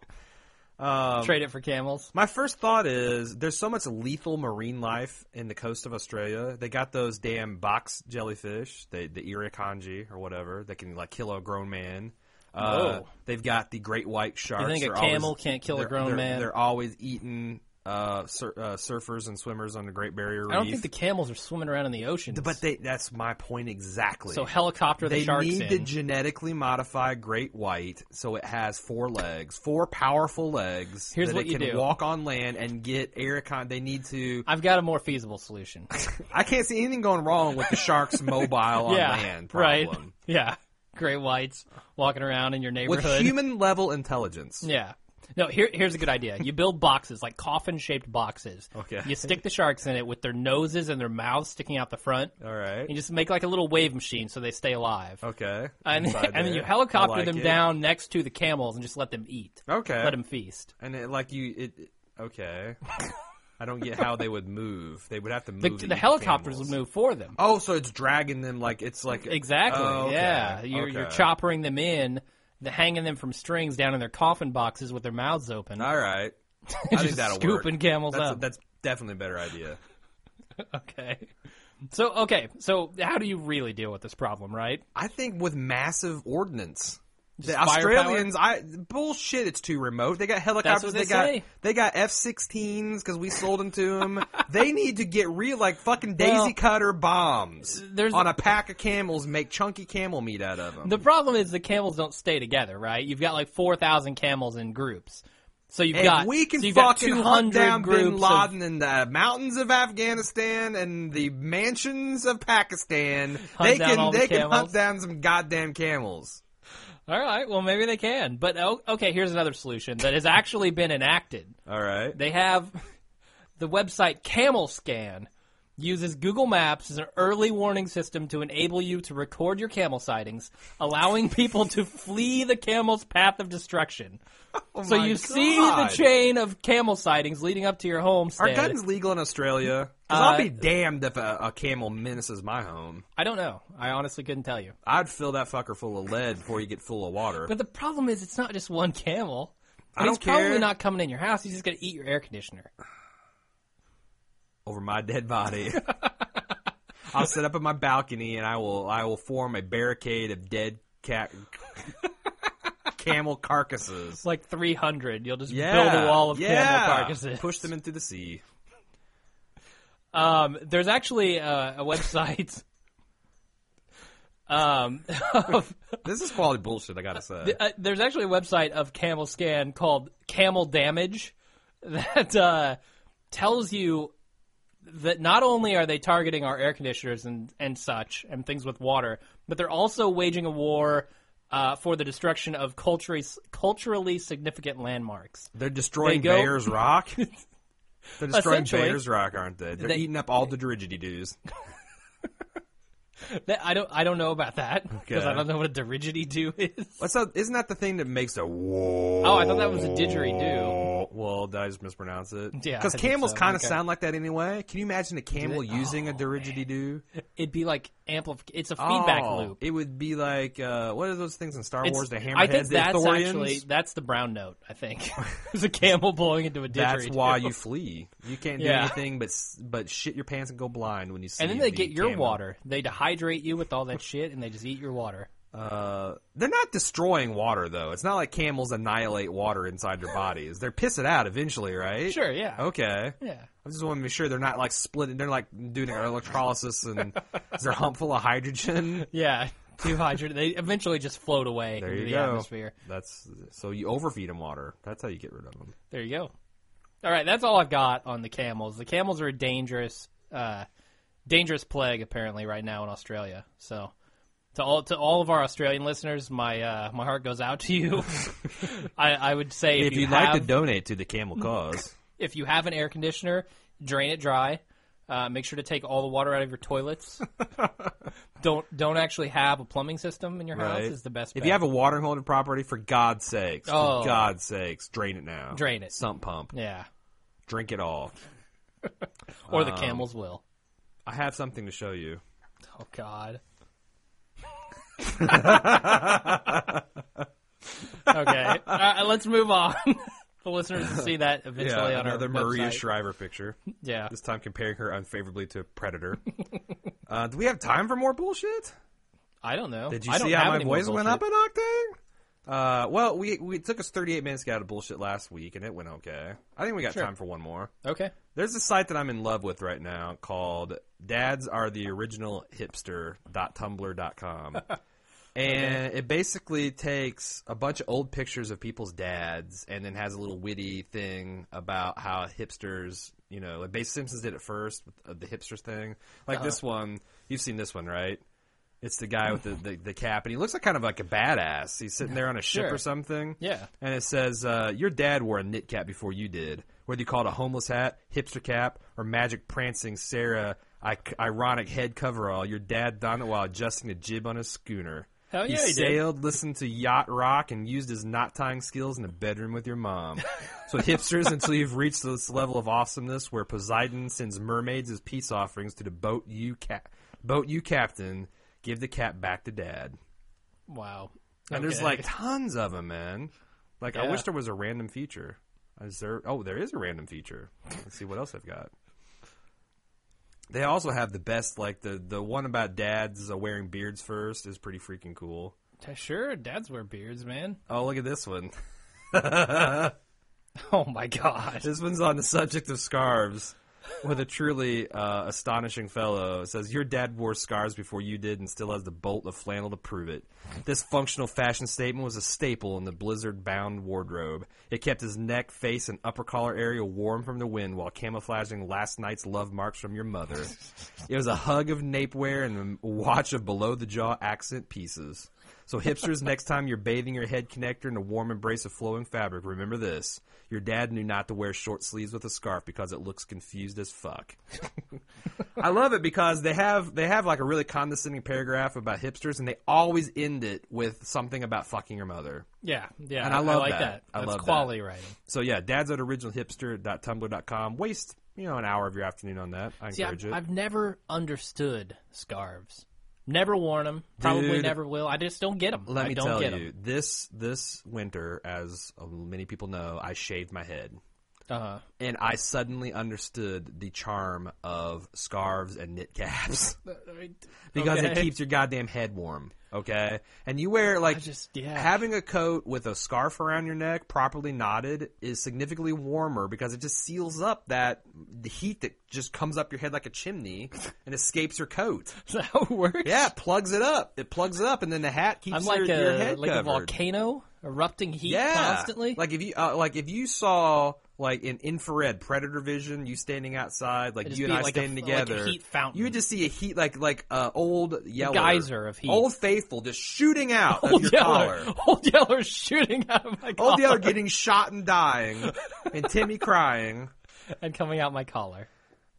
Speaker 3: um,
Speaker 2: Trade it for camels.
Speaker 3: my first thought is there's so much lethal marine life in the coast of Australia. They got those damn box jellyfish, they, the irukandji or whatever, that can like kill a grown man. Uh,
Speaker 2: Whoa.
Speaker 3: they've got the great white sharks.
Speaker 2: Oh. think a
Speaker 3: They're always-
Speaker 2: camel can't kill a
Speaker 3: they're-
Speaker 2: grown
Speaker 3: they're-
Speaker 2: man?
Speaker 3: They're always eating uh, sur- uh, surfers and swimmers on the Great Barrier Reef.
Speaker 2: I don't think the camels are swimming around in the ocean.
Speaker 3: but they, that's my point exactly.
Speaker 2: so helicopter the
Speaker 3: They
Speaker 2: sharks
Speaker 3: need
Speaker 2: in.
Speaker 3: to genetically modify great white so it has four legs, four powerful legs
Speaker 2: Here's
Speaker 3: that
Speaker 2: what
Speaker 3: it
Speaker 2: you
Speaker 3: can
Speaker 2: do.
Speaker 3: walk on land and get air. Con- they need to.
Speaker 2: I've got a more feasible solution.
Speaker 3: I can't see anything going wrong with the
Speaker 2: <laughs>
Speaker 3: sharks mobile on
Speaker 2: yeah,
Speaker 3: land
Speaker 2: <laughs> right.
Speaker 3: problem
Speaker 2: Yeah, great whites walking around in your
Speaker 3: with
Speaker 2: neighborhood.
Speaker 3: human level intelligence.
Speaker 2: Yeah. No, here, here's a good idea. You build boxes, like coffin shaped boxes.
Speaker 3: Okay.
Speaker 2: You stick the sharks in it with their noses and their mouths sticking out the front.
Speaker 3: All right.
Speaker 2: You just make like a little wave machine so they stay alive.
Speaker 3: Okay.
Speaker 2: And, <laughs>
Speaker 3: Inside
Speaker 2: and then
Speaker 3: there.
Speaker 2: you
Speaker 3: I
Speaker 2: helicopter
Speaker 3: like
Speaker 2: them
Speaker 3: it.
Speaker 2: down next to the camels and just let them eat.
Speaker 3: Okay.
Speaker 2: Let them feast.
Speaker 3: And it, like you, it. it-
Speaker 2: <laughs>
Speaker 3: Okay. I don't get how they would move. They would have to move.
Speaker 2: The,
Speaker 3: to
Speaker 2: the
Speaker 3: eat
Speaker 2: helicopters
Speaker 3: camels.
Speaker 2: would move for them.
Speaker 3: Oh, so it's dragging them like it's like
Speaker 2: Exactly.
Speaker 3: Oh, okay.
Speaker 2: Yeah. You're, you're
Speaker 3: Okay.
Speaker 2: choppering them in, the, hanging them from strings down in their coffin boxes with their mouths open.
Speaker 3: All
Speaker 2: <laughs>
Speaker 3: right. I
Speaker 2: Just
Speaker 3: think that'll
Speaker 2: scooping
Speaker 3: work.
Speaker 2: camels
Speaker 3: that's,
Speaker 2: up.
Speaker 3: That's definitely a better idea.
Speaker 2: Okay. So okay, so how do you really deal with this problem, right?
Speaker 3: I think with massive ordnance. The
Speaker 2: firepower?
Speaker 3: Australians, I bullshit. It's too remote. They got helicopters.
Speaker 2: they
Speaker 3: got
Speaker 2: say.
Speaker 3: they got F-16s because we sold them to them. <laughs> they need to get real, like fucking daisy
Speaker 2: Well,
Speaker 3: cutter bombs
Speaker 2: there's-
Speaker 3: on a pack of camels. Make chunky camel meat out of them.
Speaker 2: The problem is the camels don't stay together, right? You've got like four thousand camels in groups, so you've
Speaker 3: if
Speaker 2: got
Speaker 3: we can
Speaker 2: so you've got
Speaker 3: fucking
Speaker 2: two
Speaker 3: hunt
Speaker 2: hundred
Speaker 3: down
Speaker 2: groups.
Speaker 3: Bin
Speaker 2: of-
Speaker 3: Laden in the mountains of Afghanistan and the mansions of Pakistan,
Speaker 2: Hunt
Speaker 3: they
Speaker 2: down all
Speaker 3: can
Speaker 2: the
Speaker 3: they can
Speaker 2: camels.
Speaker 3: hunt down some goddamn camels.
Speaker 2: All right, well maybe they can, but oh, okay, here's another solution that has actually been enacted.
Speaker 3: All right.
Speaker 2: They have <laughs> the website Camel Scan uses Google Maps as an early warning system to enable you to record your camel sightings, allowing people to flee the camel's path of destruction. so
Speaker 3: Oh my
Speaker 2: you see the
Speaker 3: God.
Speaker 2: chain of camel sightings leading up to your
Speaker 3: Are
Speaker 2: homestead.
Speaker 3: guns legal in Australia? 'Cause
Speaker 2: Uh,
Speaker 3: I'll be damned if a, a camel menaces my home.
Speaker 2: I don't know. I honestly couldn't tell you.
Speaker 3: I'd fill that fucker full of lead before you get full of water.
Speaker 2: But the problem is, it's not just one camel.
Speaker 3: I
Speaker 2: mean,
Speaker 3: don't
Speaker 2: he's probably
Speaker 3: care.
Speaker 2: not coming in your house. He's just going to eat your air conditioner.
Speaker 3: over my dead body. <laughs> I'll sit up in my balcony and I will I will form a barricade of dead cat camel carcasses.
Speaker 2: It's like 300. You'll just
Speaker 3: Yeah,
Speaker 2: build a wall of
Speaker 3: yeah.
Speaker 2: camel carcasses.
Speaker 3: Push them into the sea.
Speaker 2: <laughs> Um, there's actually uh, a website. <laughs> um, <laughs> of,
Speaker 3: This is quality bullshit. I gotta say.
Speaker 2: uh, there's actually a website of Camel Scan called Camel Damage <laughs> that uh, tells you that not only are they targeting our air conditioners and, and such and things with water, but they're also waging a war uh, for the destruction of culturally culturally significant landmarks. <laughs>
Speaker 3: They're destroying
Speaker 2: they go- <laughs>
Speaker 3: Bears Rock. They're destroying
Speaker 2: Essentially.
Speaker 3: Bears Rock, aren't they? They're
Speaker 2: They-
Speaker 3: eating up all the dirigidoos.
Speaker 2: That, I don't I don't know about that because I
Speaker 3: Okay.
Speaker 2: don't know what a dirigididu is.
Speaker 3: What's that? Isn't that the thing that makes a whoa?
Speaker 2: Oh, I thought that was a didgeridoo.
Speaker 3: Oh, Well, did I just mispronounce it?
Speaker 2: Yeah, I
Speaker 3: because
Speaker 2: think
Speaker 3: camels
Speaker 2: so.
Speaker 3: kind of
Speaker 2: Okay. Oh,
Speaker 3: sound like that anyway. Can you imagine a camel using a didgeridoo?
Speaker 2: It'd be like amplif. It's a feedback
Speaker 3: Oh,
Speaker 2: loop.
Speaker 3: It would be like uh, what are those things in Star
Speaker 2: It's-
Speaker 3: Wars? The hammerheads,
Speaker 2: I think
Speaker 3: the
Speaker 2: that's
Speaker 3: Ithorians?
Speaker 2: actually that's the brown note. I think <laughs> it's a camel blowing into a didgeridoo.
Speaker 3: That's why you flee. You can't do
Speaker 2: Yeah.
Speaker 3: anything but s- but shit your pants and go blind when you
Speaker 2: <laughs>
Speaker 3: see.
Speaker 2: And then they
Speaker 3: the
Speaker 2: get your
Speaker 3: camel.
Speaker 2: water. They dehydrate you with all that shit, and they just eat your water.
Speaker 3: Uh, they're not destroying water though. It's not like camels annihilate water inside their bodies. They're piss it out eventually, right?
Speaker 2: Sure, yeah,
Speaker 3: Okay.
Speaker 2: yeah.
Speaker 3: I just want to make sure they're not like splitting. They're like doing electrolysis <laughs> and is their hump full of hydrogen.
Speaker 2: Yeah, <laughs> too hydrated. They eventually just float away
Speaker 3: There
Speaker 2: into
Speaker 3: you
Speaker 2: the
Speaker 3: go.
Speaker 2: atmosphere.
Speaker 3: That's so you overfeed them water. That's how you get rid of them.
Speaker 2: There you go. All right, that's all I've got on the camels. The camels are a dangerous, uh, dangerous plague apparently right now in Australia. So to all to all of our Australian listeners, my uh, my heart goes out to you. <laughs> I, I would say if,
Speaker 3: If
Speaker 2: you
Speaker 3: you'd
Speaker 2: have,
Speaker 3: like to donate to the Camel
Speaker 2: <laughs>
Speaker 3: Cause,
Speaker 2: if you have an air conditioner, drain it dry. Uh, make sure to take all the water out of your
Speaker 3: <laughs>
Speaker 2: toilets. don't don't actually have a plumbing system in your
Speaker 3: right?
Speaker 2: house is the best.
Speaker 3: If
Speaker 2: bet.
Speaker 3: you have a water holding property, for God's sakes,
Speaker 2: Oh.
Speaker 3: for God's sakes, drain it now.
Speaker 2: Drain it.
Speaker 3: Sump pump.
Speaker 2: yeah,
Speaker 3: Drink it all.
Speaker 2: or
Speaker 3: Um,
Speaker 2: the camels will.
Speaker 3: I have something to show you.
Speaker 2: Oh
Speaker 3: <laughs>
Speaker 2: God. okay, uh, let's move on. <laughs> the listeners will see that eventually on
Speaker 3: another
Speaker 2: our
Speaker 3: Maria
Speaker 2: website.
Speaker 3: Shriver picture.
Speaker 2: yeah,
Speaker 3: This time comparing her unfavorably to
Speaker 2: <laughs>
Speaker 3: Predator. uh, do we have time for more bullshit?
Speaker 2: I don't know.
Speaker 3: Did you
Speaker 2: I don't
Speaker 3: see how
Speaker 2: have
Speaker 3: my
Speaker 2: any more
Speaker 3: voice went
Speaker 2: bullshit.
Speaker 3: up an octave? Uh, well, we, we it took us 38 minutes to get out of bullshit last week, and it went okay. I think we got
Speaker 2: Sure.
Speaker 3: time for one more.
Speaker 2: Okay.
Speaker 3: There's a site that I'm in love with right now called Dads Are the Original
Speaker 2: <laughs>
Speaker 3: Hipster.tumblr.com. And it basically takes a bunch of old pictures of people's dads and then has a little witty thing about how hipsters, you know, like Base Simpsons did it first with uh, the hipsters thing. Like
Speaker 2: Uh-huh.
Speaker 3: this one, you've seen this one, right? It's the guy with the, the, the cap, and he looks like kind of like a badass. He's sitting there on a ship
Speaker 2: Sure.
Speaker 3: or something.
Speaker 2: Yeah.
Speaker 3: And it says, uh, Your dad wore a knit cap before you did. Whether you call it a homeless hat, hipster cap, or magic prancing Sarah I- ironic head coverall, your dad donned it while adjusting a jib on his schooner.
Speaker 2: Hell
Speaker 3: he
Speaker 2: yeah, he did.
Speaker 3: sailed, listened to yacht rock, and used his knot tying skills in the bedroom with your mom. so
Speaker 2: <laughs>
Speaker 3: hipsters, until you've reached this level of awesomeness where Poseidon sends mermaids as peace offerings to the boat you ca- boat you captain, give the cap back to dad.
Speaker 2: Wow.
Speaker 3: And there's
Speaker 2: Okay.
Speaker 3: like tons of them, man. Like I
Speaker 2: Yeah.
Speaker 3: wish there was a random feature. Is there? Oh, there is a random feature. Let's see what else I've got. They also have the best, like the the one about dads uh, wearing beards first is pretty freaking cool.
Speaker 2: Sure, dads wear beards, man. <laughs>
Speaker 3: Oh, look at this one.
Speaker 2: Oh my god.
Speaker 3: <laughs> This one's on the subject of scarves with a truly uh, astonishing fellow. It says, Your dad wore scarves before you did and still has the bolt of flannel to prove it. This functional fashion statement was a staple in the blizzard bound wardrobe. It kept his neck, face, and upper collar area warm from the wind while camouflaging last night's love marks from your mother. It was a hug of napewear and a watch of below the jaw accent pieces. So hipsters, <laughs> next time you're bathing your head connector in a warm embrace of flowing fabric, remember this: your dad knew not to wear short sleeves with a scarf because it looks confused as fuck. <laughs> I love it because they have they have like a really condescending paragraph about hipsters, and they always end it with something about fucking your mother.
Speaker 2: Yeah, yeah.
Speaker 3: And I love
Speaker 2: like
Speaker 3: that.
Speaker 2: that.
Speaker 3: I
Speaker 2: That's
Speaker 3: love that.
Speaker 2: quality writing.
Speaker 3: So yeah, dad's at originalhipster.tumblr.com. Waste you know an hour of your afternoon on that. I
Speaker 2: See,
Speaker 3: encourage
Speaker 2: I've,
Speaker 3: it.
Speaker 2: I've never understood scarves. Never worn them. Probably
Speaker 3: Dude.
Speaker 2: never will. I just don't get them.
Speaker 3: Let
Speaker 2: I
Speaker 3: me
Speaker 2: don't
Speaker 3: tell
Speaker 2: get
Speaker 3: you, this this winter, as uh, many people know, I shaved my head.
Speaker 2: them. Uh,
Speaker 3: and I suddenly understood the charm of scarves and knit
Speaker 2: <laughs>
Speaker 3: caps because it
Speaker 2: Okay.
Speaker 3: keeps your goddamn head warm. Okay, and you wear like
Speaker 2: just- yeah.
Speaker 3: having a coat with a scarf around your neck, properly knotted, is significantly warmer because it just seals up that the heat that just comes up your head like a chimney and escapes
Speaker 2: <laughs>
Speaker 3: your coat.
Speaker 2: Is that how it works?
Speaker 3: Yeah, it plugs it up. It plugs it up, and then the hat keeps
Speaker 2: I'm like
Speaker 3: your,
Speaker 2: a
Speaker 3: your head
Speaker 2: like
Speaker 3: covered
Speaker 2: a volcano erupting heat
Speaker 3: yeah.
Speaker 2: constantly. <laughs>
Speaker 3: Like if you uh, like if you saw like in infrared predator vision, you standing outside, like
Speaker 2: It'd
Speaker 3: you
Speaker 2: be
Speaker 3: and I
Speaker 2: like a-
Speaker 3: standing
Speaker 2: like a
Speaker 3: together,
Speaker 2: heat fountain.
Speaker 3: you would just see a heat like like uh, old yellow
Speaker 2: geyser of heat.
Speaker 3: old faithful just shooting out of
Speaker 2: old
Speaker 3: your
Speaker 2: Yeller, Oh,
Speaker 3: collar.
Speaker 2: <laughs> old Yeller shooting out of my collar
Speaker 3: Old Yeller getting shot and dying, and Timmy crying.
Speaker 2: and coming out my collar.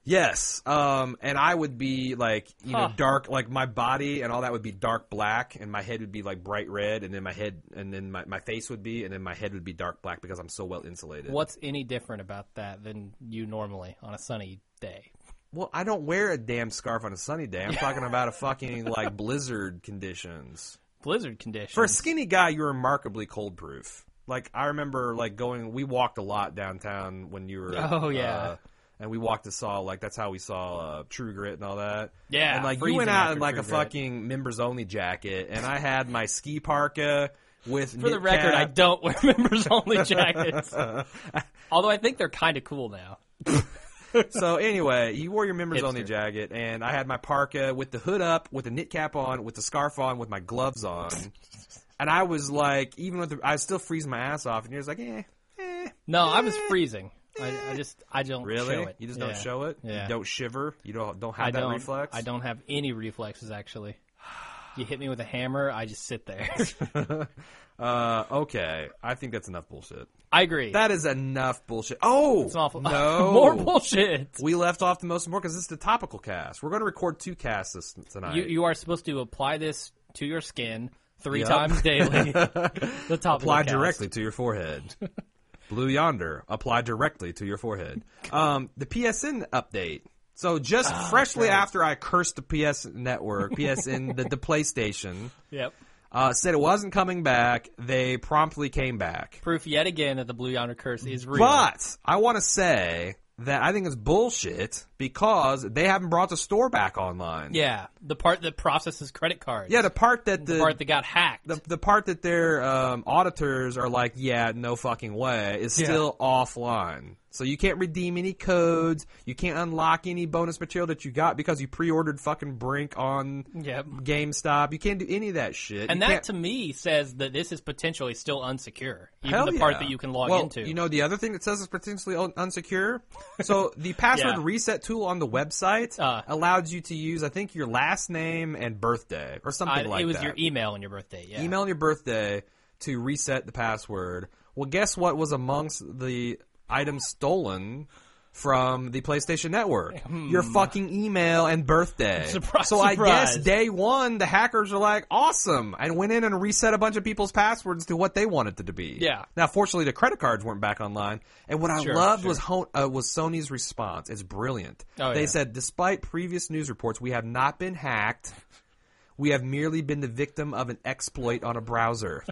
Speaker 3: Yes, um, and I would be like you know
Speaker 2: Huh.
Speaker 3: dark, like my body and all that would be dark black, and my head would be like bright red, and then my head, and then my, my face would be, and then my head would be dark black because I'm so well insulated.
Speaker 2: What's any different about that than you normally on a sunny day?
Speaker 3: Well, I don't wear a damn scarf on a sunny day. I'm talking about a fucking like
Speaker 2: <laughs>
Speaker 3: blizzard conditions.
Speaker 2: Blizzard conditions.
Speaker 3: For a skinny guy, you're remarkably cold proof. Like I remember like going we walked a lot downtown when you were
Speaker 2: Oh, yeah.
Speaker 3: uh, and we walked to saw like that's how we saw uh, True Grit and all that.
Speaker 2: Yeah,
Speaker 3: And like you
Speaker 2: freezing
Speaker 3: went out
Speaker 2: after
Speaker 3: in like
Speaker 2: True
Speaker 3: a
Speaker 2: Grit.
Speaker 3: fucking members only jacket and I had my ski parka with
Speaker 2: For the record, I don't wear <laughs> members only
Speaker 3: <laughs>
Speaker 2: jackets.
Speaker 3: I
Speaker 2: Although I think they're kind of cool now.
Speaker 3: So anyway, you wore your members
Speaker 2: Hipster.
Speaker 3: only jacket, and I had my parka with the hood up, with the knit cap on, with the scarf on, with my gloves
Speaker 2: <laughs>
Speaker 3: on, and I was like, even with the, I was still freezing my ass off, and you're just like, eh, eh.
Speaker 2: No, I was freezing. I, I just I don't
Speaker 3: Really?
Speaker 2: show it.
Speaker 3: You just
Speaker 2: Yeah.
Speaker 3: don't show it.
Speaker 2: Yeah.
Speaker 3: You don't shiver. You don't don't have
Speaker 2: I
Speaker 3: that
Speaker 2: don't.
Speaker 3: reflex.
Speaker 2: I don't have any reflexes
Speaker 3: <sighs>
Speaker 2: actually. You hit me with a hammer, I just sit there. <laughs>
Speaker 3: Uh, okay, I think that's enough bullshit.
Speaker 2: I agree.
Speaker 3: That is enough bullshit. Oh,
Speaker 2: It's an awful. <laughs>
Speaker 3: no
Speaker 2: more bullshit.
Speaker 3: We left off the most important because this is the topical cast. We're going to record two casts this, tonight.
Speaker 2: You you are supposed to apply this to your skin three
Speaker 3: Yep.
Speaker 2: times
Speaker 3: <laughs>
Speaker 2: daily. the top
Speaker 3: apply directly to
Speaker 2: <laughs>
Speaker 3: your forehead. Blue Yonder, apply directly to your forehead. Um, the PSN update. So just
Speaker 2: Ah,
Speaker 3: freshly after I cursed the PSN network, PSN, the, the PlayStation,
Speaker 2: Yep.
Speaker 3: uh, said it wasn't coming back. They promptly came back.
Speaker 2: Proof yet again that the Blue Yonder curse is real.
Speaker 3: But I want to say that I think it's bullshit because they haven't brought the store back online.
Speaker 2: yeah, the part that processes credit cards.
Speaker 3: Yeah, the part that
Speaker 2: the, part that got hacked.
Speaker 3: the, the part that their um, auditors are like, yeah, no fucking way, is
Speaker 2: Yeah.
Speaker 3: still offline. So you can't redeem any codes. You can't unlock any bonus material that you got because you pre-ordered fucking Brink on
Speaker 2: Yep.
Speaker 3: GameStop. You can't do any of that shit.
Speaker 2: and
Speaker 3: You
Speaker 2: that
Speaker 3: can't-
Speaker 2: to me says that this is potentially still unsecure, even
Speaker 3: Hell
Speaker 2: the
Speaker 3: yeah.
Speaker 2: part that you can log
Speaker 3: well,
Speaker 2: into.
Speaker 3: You know the other thing that says it's potentially un- unsecure.
Speaker 2: <laughs>
Speaker 3: So the password
Speaker 2: Yeah.
Speaker 3: reset tool on the website
Speaker 2: Uh.
Speaker 3: allowed you to use, I think, your last name and birthday or something
Speaker 2: I-
Speaker 3: like that.
Speaker 2: it was your email and your birthday. Yeah.
Speaker 3: Email your birthday to reset the password. Well, guess what was amongst the items stolen from the PlayStation Network?
Speaker 2: <laughs>
Speaker 3: Your fucking email and birthday.
Speaker 2: Hmm. Surprise,
Speaker 3: so I
Speaker 2: surprise.
Speaker 3: guess day one, the hackers are like, awesome, and went in and reset a bunch of people's passwords to what they wanted it to be.
Speaker 2: Yeah.
Speaker 3: Now, fortunately, the credit cards weren't back online. And what I
Speaker 2: Sure,
Speaker 3: loved
Speaker 2: sure.
Speaker 3: was Hon- uh, was Sony's response. It's brilliant.
Speaker 2: Oh,
Speaker 3: they
Speaker 2: yeah.
Speaker 3: said, despite previous news reports, we have not been hacked. We have merely been the victim of an exploit on
Speaker 2: <laughs>
Speaker 3: a browser.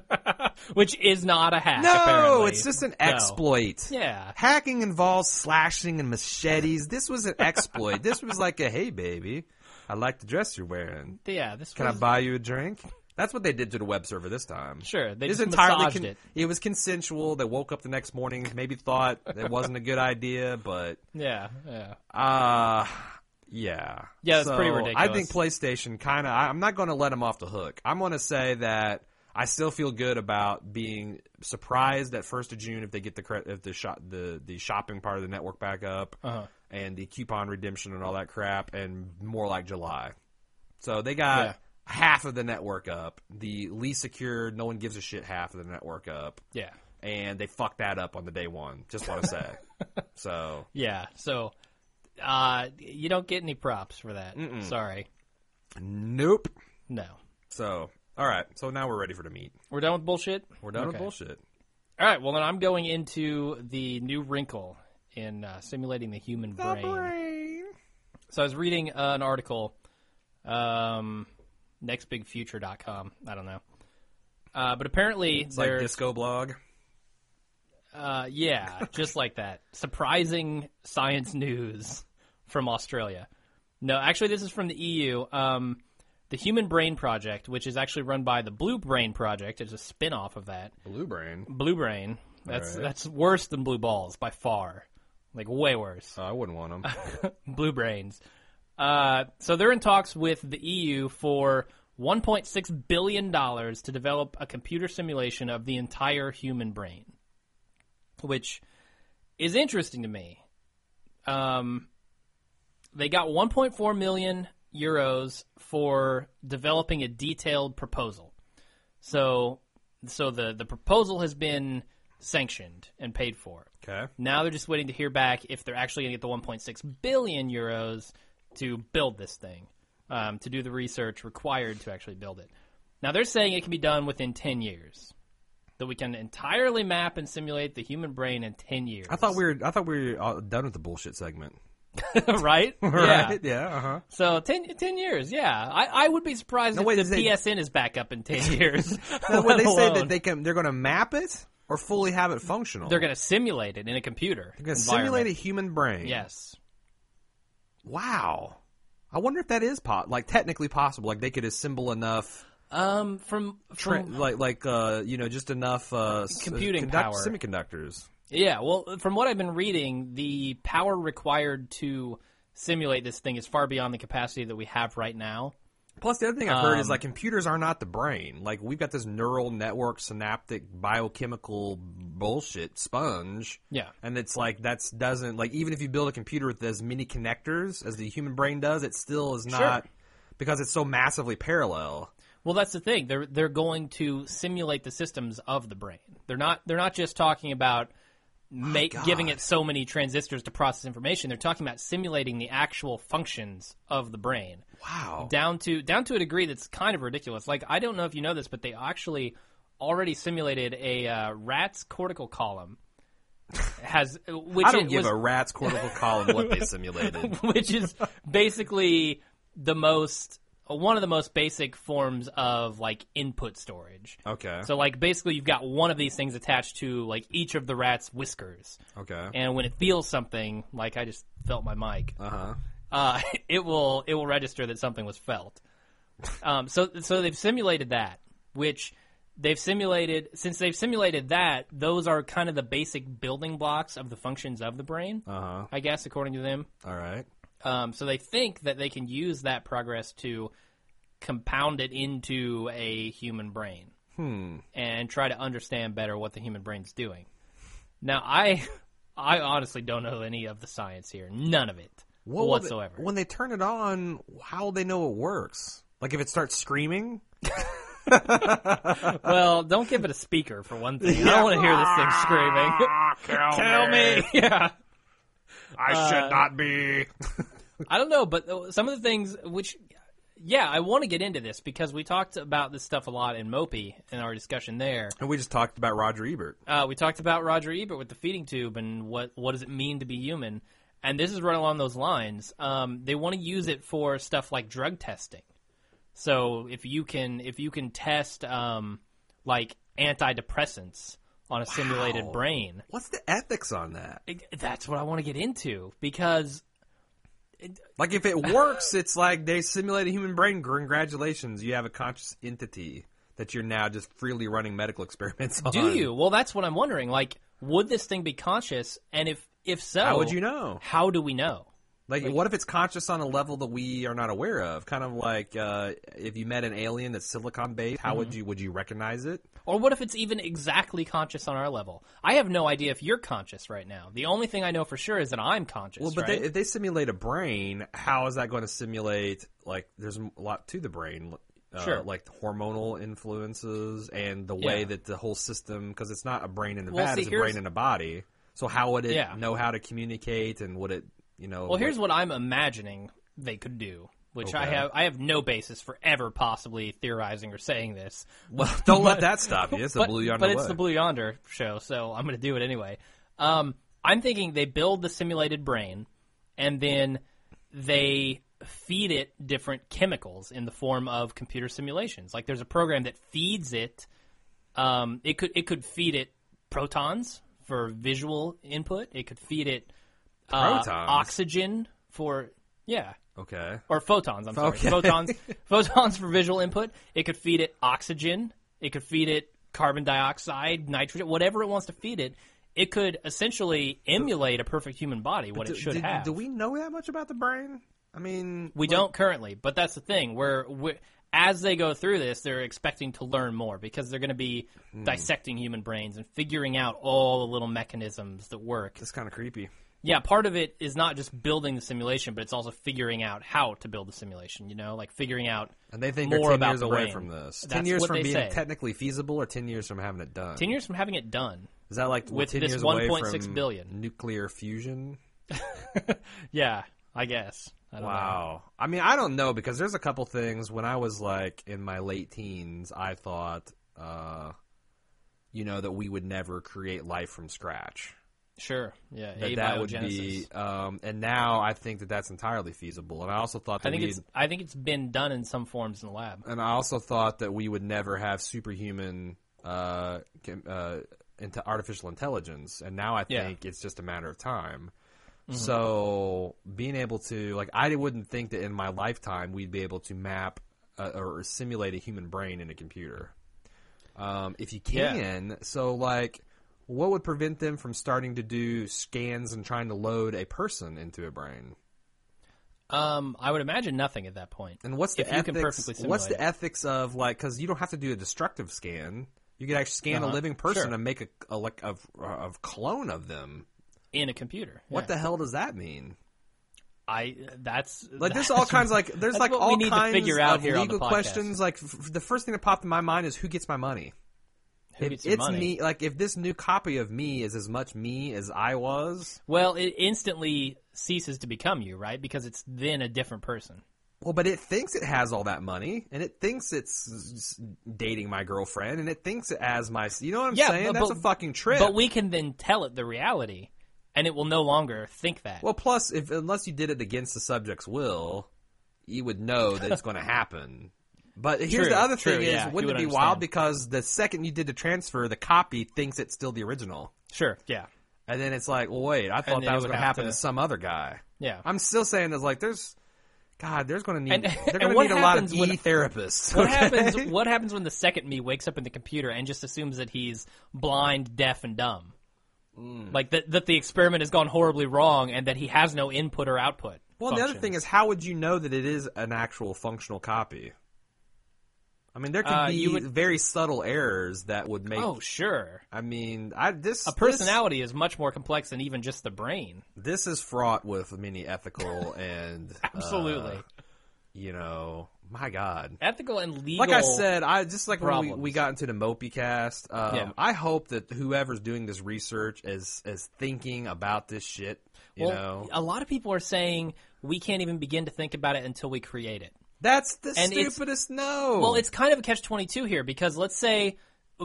Speaker 2: Which is not a hack.
Speaker 3: No,
Speaker 2: apparently.
Speaker 3: it's just an
Speaker 2: No.
Speaker 3: exploit.
Speaker 2: Yeah.
Speaker 3: Hacking involves slashing and machetes. This was an exploit. this was like a hey baby, I like the dress you're wearing.
Speaker 2: Yeah. This
Speaker 3: Can I
Speaker 2: was,
Speaker 3: buy you a drink? That's what they did to the web server this time.
Speaker 2: Sure, they
Speaker 3: It was
Speaker 2: just massaged
Speaker 3: con-
Speaker 2: it.
Speaker 3: was consensual. They woke up the next morning, maybe thought it wasn't a good idea, but
Speaker 2: Yeah. Yeah.
Speaker 3: uh yeah.
Speaker 2: Yeah, that's
Speaker 3: So,
Speaker 2: pretty
Speaker 3: I think PlayStation kind of I'm not going to let them off the hook. I'm going to say that I still feel good about being surprised at 1st of June if they get the cre- if the shop the the shopping part of the network back up
Speaker 2: Uh-huh.
Speaker 3: and the coupon redemption and all that crap and more like July. So they got
Speaker 2: Yeah.
Speaker 3: half of the network up, the least secure, no one gives a shit half of the network up.
Speaker 2: Yeah.
Speaker 3: And they fucked that up on the day one. Just want
Speaker 2: <laughs>
Speaker 3: to say. so
Speaker 2: Yeah. So uh, you don't get any props for that. Sorry.
Speaker 3: nope.
Speaker 2: No.
Speaker 3: So, all right. So now we're ready for the meat.
Speaker 2: We're done with bullshit.
Speaker 3: We're done with
Speaker 2: Okay.
Speaker 3: bullshit.
Speaker 2: All right. Well, then I'm going into the new wrinkle in uh, simulating the human brain. So I was reading uh, an article, um, nextbigfuture.com. I don't know. Uh, but apparently,
Speaker 3: It's like
Speaker 2: there's
Speaker 3: disco blog.
Speaker 2: Uh, yeah, just like that. Surprising science news from Australia. No, actually, this is from the EU. Um, the Human Brain Project, which is actually run by the Blue Brain Project, is a spin off of that.
Speaker 3: Blue brain.
Speaker 2: Blue Brain. That's
Speaker 3: Alright.
Speaker 2: that's worse than Blue Balls by far, like way worse.
Speaker 3: Oh, I wouldn't want them.
Speaker 2: Blue Brains. Uh, so they're in talks with the EU for 1.6 billion dollars to develop a computer simulation of the entire human brain, which is interesting to me. Um, they got 1.4 million euros for developing a detailed proposal. So, so the the proposal has been sanctioned and paid for.
Speaker 3: <laughs> okay.
Speaker 2: Now they're just waiting to hear back if they're actually going to get the 1.6 billion euros to build this thing, um, to do the research required to actually build it. Now they're saying it can be done within 10 years, that we can entirely map and simulate the human brain in 10 years.
Speaker 3: I thought we were. I thought we were all done with the bullshit segment.
Speaker 2: <laughs> right?
Speaker 3: <laughs>
Speaker 2: Yeah.
Speaker 3: Right? Yeah. Uh <laughs> huh.
Speaker 2: So 10, 10 years, yeah. I, I would be surprised
Speaker 3: No,
Speaker 2: if
Speaker 3: wait,
Speaker 2: the
Speaker 3: is it-
Speaker 2: PSN is back up in
Speaker 3: <laughs>
Speaker 2: 10 years.
Speaker 3: Now,
Speaker 2: let
Speaker 3: when they say
Speaker 2: alone-
Speaker 3: that they can, they're going to map it or fully have it functional.
Speaker 2: they're going to simulate it in a computer.
Speaker 3: They're gonna simulate a
Speaker 2: environment.
Speaker 3: human brain.
Speaker 2: Yes.
Speaker 3: Wow. I wonder if that is pot like technically possible. Like they could assemble enough,
Speaker 2: Um, from,
Speaker 3: tra-
Speaker 2: from
Speaker 3: like like uh you know just enough uh s-
Speaker 2: Computing
Speaker 3: conduct-
Speaker 2: power.
Speaker 3: semiconductors.
Speaker 2: Yeah, well, from what I've been reading, the power required to simulate this thing is far beyond the capacity that we have right now.
Speaker 3: Plus, the other thing I've heard is
Speaker 2: Um,
Speaker 3: like computers are not the brain. Like we've got this neural network, synaptic, biochemical bullshit sponge.
Speaker 2: Yeah.
Speaker 3: And it's like that's doesn't like even if you build a computer with as many connectors as the human brain does, it still is not because it's so massively parallel.
Speaker 2: Well, that's the thing. They're they're going to simulate the systems of the brain. They're not they're not just talking about make,
Speaker 3: God.
Speaker 2: giving it so many transistors to process information. They're talking about simulating the actual functions of the brain
Speaker 3: Wow.
Speaker 2: down to down to a degree that's kind of ridiculous. Like I don't know if you know this, but they actually already simulated a uh, rat's cortical column has which
Speaker 3: I don't
Speaker 2: it
Speaker 3: give
Speaker 2: was,
Speaker 3: a rat's cortical column what they simulated.
Speaker 2: <laughs> which is basically the most one of the most basic forms of like input storage.
Speaker 3: Okay.
Speaker 2: So like basically you've got one of these things attached to like each of the rat's whiskers.
Speaker 3: okay.
Speaker 2: And when it feels something, like I just felt my mic,
Speaker 3: Uh huh.
Speaker 2: uh, <laughs> it will it will register that something was felt. Um, so so they've simulated that, which they've simulated since they've simulated that, those are kind of the basic building blocks of the functions of the brain,
Speaker 3: Uh huh.
Speaker 2: I guess according to them.
Speaker 3: All right.
Speaker 2: Um, so they think that they can use that progress to compound it into a human brain
Speaker 3: Hmm.
Speaker 2: and try to understand better what the human brain's doing. Now, I <laughs> I honestly don't know any of the science here, none of it
Speaker 3: What will they-
Speaker 2: whatsoever.
Speaker 3: when they turn it on, how will they know it works? Like if it starts screaming?
Speaker 2: well, don't give it a speaker for one thing. I don't want to hear this thing screaming.
Speaker 3: <laughs> kill,
Speaker 2: <laughs> yeah.
Speaker 3: I
Speaker 2: Uh,
Speaker 3: should not be.
Speaker 2: I don't know, but uh, some of the things which, yeah, I want to get into this because we talked about this stuff a lot in Mopey in our discussion there.
Speaker 3: And we just talked about Roger Ebert.
Speaker 2: Uh, we talked about Roger Ebert with the feeding tube and what what does it mean to be human, and this is right along those lines. Um, they want to use it for stuff like drug testing. So if you can if you can test um, like antidepressants on a simulated
Speaker 3: Wow.
Speaker 2: brain,
Speaker 3: What's the ethics on that?
Speaker 2: it- that's what I want to get into because
Speaker 3: Like if it works, it's like they simulate a human brain. Congratulations, you have a conscious entity that you're now just freely running medical <laughs> experiments on.
Speaker 2: do you? Well, that's what I'm wondering. Like, would this thing be conscious? And if if so,
Speaker 3: How would you know?
Speaker 2: How do we know?
Speaker 3: Like, what if it's conscious on a level that we are not aware of? Kind of like uh, if you met an alien that's silicon based,
Speaker 2: Mm-hmm.
Speaker 3: how would you would you recognize it?
Speaker 2: Or what if it's even exactly conscious on our level? I have no idea if you're conscious right now. The only thing I know for sure is that I'm conscious.
Speaker 3: Well, but
Speaker 2: right?
Speaker 3: they, if they simulate a brain, how is that going to simulate? Like, there's a lot to the brain, uh,
Speaker 2: Sure.
Speaker 3: Like the hormonal influences and the way
Speaker 2: Yeah.
Speaker 3: that the whole system, because it's not a brain in the
Speaker 2: Well,
Speaker 3: vat,
Speaker 2: see,
Speaker 3: it's a
Speaker 2: here's-
Speaker 3: brain in a body. So how would it
Speaker 2: Yeah.
Speaker 3: know how to communicate and would it, you know?
Speaker 2: well, here's what I'm imagining they could do, which I
Speaker 3: Okay.
Speaker 2: have I have no basis for ever possibly theorizing or saying this.
Speaker 3: <laughs> well, don't let that stop you. It's the
Speaker 2: but,
Speaker 3: blue yonder
Speaker 2: but it's
Speaker 3: way.
Speaker 2: the Blue Yonder show, so I'm going to do it anyway. Um, I'm thinking they build the simulated brain, and then they feed it different chemicals in the form of computer simulations. Like there's a program that feeds it. Um, it could it could feed it protons for visual input. It could feed it uh,
Speaker 3: Protons?
Speaker 2: oxygen for yeah
Speaker 3: okay.
Speaker 2: or photons. I'm
Speaker 3: Okay.
Speaker 2: sorry,
Speaker 3: <laughs>
Speaker 2: photons. photons for visual input. It could feed it oxygen. It could feed it carbon dioxide, nitrogen, whatever it wants to feed it. It could essentially emulate a perfect human body. What
Speaker 3: do,
Speaker 2: it should
Speaker 3: do-
Speaker 2: have.
Speaker 3: do we know that much about the brain? I mean,
Speaker 2: We don't currently, but that's the thing. We're, we're as they go through this, they're expecting to learn more because they're going to be
Speaker 3: Hmm.
Speaker 2: dissecting human brains and figuring out all the little mechanisms that work.
Speaker 3: It's kind of creepy.
Speaker 2: Yeah, part of it is not just building the simulation, but it's also figuring out how to build the simulation. You know, like figuring out
Speaker 3: And they think
Speaker 2: more
Speaker 3: you're 10
Speaker 2: about
Speaker 3: years
Speaker 2: the
Speaker 3: away
Speaker 2: brain.
Speaker 3: from this.
Speaker 2: That's
Speaker 3: 10 years
Speaker 2: what
Speaker 3: from
Speaker 2: they
Speaker 3: being
Speaker 2: say.
Speaker 3: technically feasible or 10 years from having it done?
Speaker 2: ten years from having it done.
Speaker 3: Is that like
Speaker 2: With
Speaker 3: 10
Speaker 2: this
Speaker 3: years away
Speaker 2: 1.6
Speaker 3: from
Speaker 2: billion.
Speaker 3: nuclear fusion?
Speaker 2: Yeah, I guess. I don't Know.
Speaker 3: Wow. I mean, I don't know because there's a couple things when I was like in my late teens, I thought, uh, you know, that we would never create life from scratch.
Speaker 2: Sure. Yeah.
Speaker 3: That that would be, um, and now I think that that's entirely feasible. And I also thought that
Speaker 2: I think
Speaker 3: we
Speaker 2: it's. I think it's been done in some forms in the lab.
Speaker 3: and I also thought that we would never have superhuman uh, com- uh, into artificial intelligence, and now I
Speaker 2: Yeah. Mm-hmm.
Speaker 3: think it's just a matter of time. So being able to like, I wouldn't think that in my lifetime we'd be able to map uh, or simulate a human brain in a computer. Um, if you
Speaker 2: Yeah.
Speaker 3: can, so like, what would prevent them from starting to do scans and trying to load a person into a brain?
Speaker 2: Um, I would imagine nothing at that point.
Speaker 3: And what's the
Speaker 2: if you
Speaker 3: ethics?
Speaker 2: can perfectly simulate
Speaker 3: what's the
Speaker 2: it.
Speaker 3: ethics of like because you don't have to do a destructive scan. You could actually scan a
Speaker 2: Uh-huh.
Speaker 3: living person
Speaker 2: Sure.
Speaker 3: and make a, a like a, a clone of them.
Speaker 2: in a computer.
Speaker 3: What
Speaker 2: yeah.
Speaker 3: the hell does that mean?
Speaker 2: I that's
Speaker 3: Like
Speaker 2: <laughs>
Speaker 3: there's all kinds like there's
Speaker 2: That's
Speaker 3: like
Speaker 2: what we
Speaker 3: all
Speaker 2: need to
Speaker 3: kinds
Speaker 2: figure out
Speaker 3: of
Speaker 2: here on the
Speaker 3: legal
Speaker 2: podcast.
Speaker 3: questions. Like f- the first thing that popped in my mind is who gets my money.
Speaker 2: Who
Speaker 3: If
Speaker 2: gets your
Speaker 3: it's
Speaker 2: money?
Speaker 3: me, like if this new copy of me is as much me as I was,
Speaker 2: Well, it instantly ceases to become you, right? Because it's then a different person.
Speaker 3: well, but it thinks it has all that money, and it thinks it's s- dating my girlfriend, and it thinks it has my. You know what I'm
Speaker 2: Yeah,
Speaker 3: saying?
Speaker 2: but-
Speaker 3: That's
Speaker 2: but-
Speaker 3: a fucking trip.
Speaker 2: But we can then tell it the reality, and it will no longer think that.
Speaker 3: well, plus, if unless you did it against the subject's will, you would know that it's
Speaker 2: <laughs>
Speaker 3: going to happen. But here's
Speaker 2: True,
Speaker 3: the other
Speaker 2: true,
Speaker 3: thing: is
Speaker 2: yeah, you
Speaker 3: wouldn't
Speaker 2: would
Speaker 3: it be wild
Speaker 2: understand.
Speaker 3: because the second you did the transfer, the copy thinks it's still the original.
Speaker 2: sure. Yeah.
Speaker 3: And then it's like, well, wait, I thought
Speaker 2: then
Speaker 3: that
Speaker 2: you
Speaker 3: was
Speaker 2: would
Speaker 3: going to
Speaker 2: have
Speaker 3: happen
Speaker 2: to-
Speaker 3: to some other guy.
Speaker 2: Yeah.
Speaker 3: I'm still saying there's like, there's, God, there's going to need,
Speaker 2: And-
Speaker 3: they're
Speaker 2: <laughs> and
Speaker 3: going to
Speaker 2: what
Speaker 3: need a lot of
Speaker 2: happens when- <laughs>
Speaker 3: e therapists.
Speaker 2: What happens? What happens when the second me wakes up in the computer and just assumes that he's blind, deaf, and dumb?
Speaker 3: Mm.
Speaker 2: Like that, that the experiment has gone horribly wrong, and that he has no input or output.
Speaker 3: Well, the other thing is, how would you know that it is an actual functional copy? I mean, there could
Speaker 2: Uh,
Speaker 3: be
Speaker 2: you would-
Speaker 3: very subtle errors that would make.
Speaker 2: oh sure,
Speaker 3: I mean, I this
Speaker 2: a personality is much more complex than even just the brain.
Speaker 3: This, this is fraught with
Speaker 2: <laughs>
Speaker 3: many ethical and uh,
Speaker 2: Absolutely,
Speaker 3: you know, my God.
Speaker 2: ethical and legal.
Speaker 3: like I said, I just like when we,
Speaker 2: problems.
Speaker 3: we got into the Mopey cast. Um,
Speaker 2: Yeah.
Speaker 3: I hope that whoever's doing this research is is thinking about this shit. You
Speaker 2: well,
Speaker 3: know,
Speaker 2: a lot of people are saying we can't even begin to think about it until we create it.
Speaker 3: that's the
Speaker 2: and it's-
Speaker 3: stupidest. No,
Speaker 2: Well, it's kind of a catch twenty two here because let's say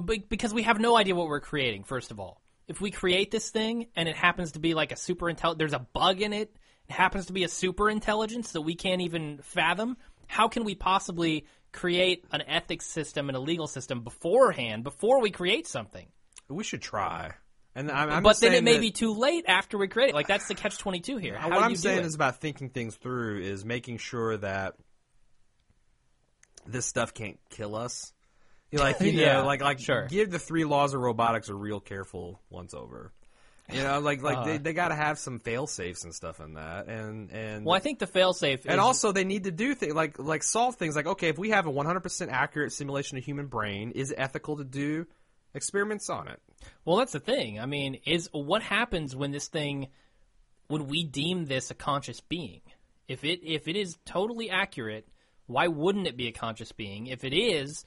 Speaker 2: be- because we have no idea what we're creating. First of all, if we create this thing and it happens to be like a super intelligent, there's a bug in it. It happens to be a super intelligence that we can't even fathom. How can we possibly create an ethics system and a legal system beforehand before we create something?
Speaker 3: we should try. And I'm, I'm
Speaker 2: but
Speaker 3: just
Speaker 2: then it
Speaker 3: saying
Speaker 2: may
Speaker 3: that-
Speaker 2: be too late after we create it. Like that's the catch twenty two here. How
Speaker 3: what
Speaker 2: do
Speaker 3: I'm
Speaker 2: you
Speaker 3: saying
Speaker 2: do
Speaker 3: is
Speaker 2: it?
Speaker 3: about thinking things through is making sure that this stuff can't kill
Speaker 2: <laughs>
Speaker 3: us. You Like you
Speaker 2: Yeah,
Speaker 3: know, like like
Speaker 2: sure.
Speaker 3: give the three laws of robotics a real careful once over. You know, like like
Speaker 2: Uh.
Speaker 3: they, they got to have some fail safes and stuff in that, and and
Speaker 2: Well, I think the failsafe
Speaker 3: and
Speaker 2: is,
Speaker 3: also they need to do things like like solve things like okay, if we have a 100% accurate simulation of human brain, is it ethical to do experiments on it?
Speaker 2: Well, that's the thing. I mean, is what happens when this thing, when we deem this a conscious being? If it if it is totally accurate, why wouldn't it be a conscious being? If it is,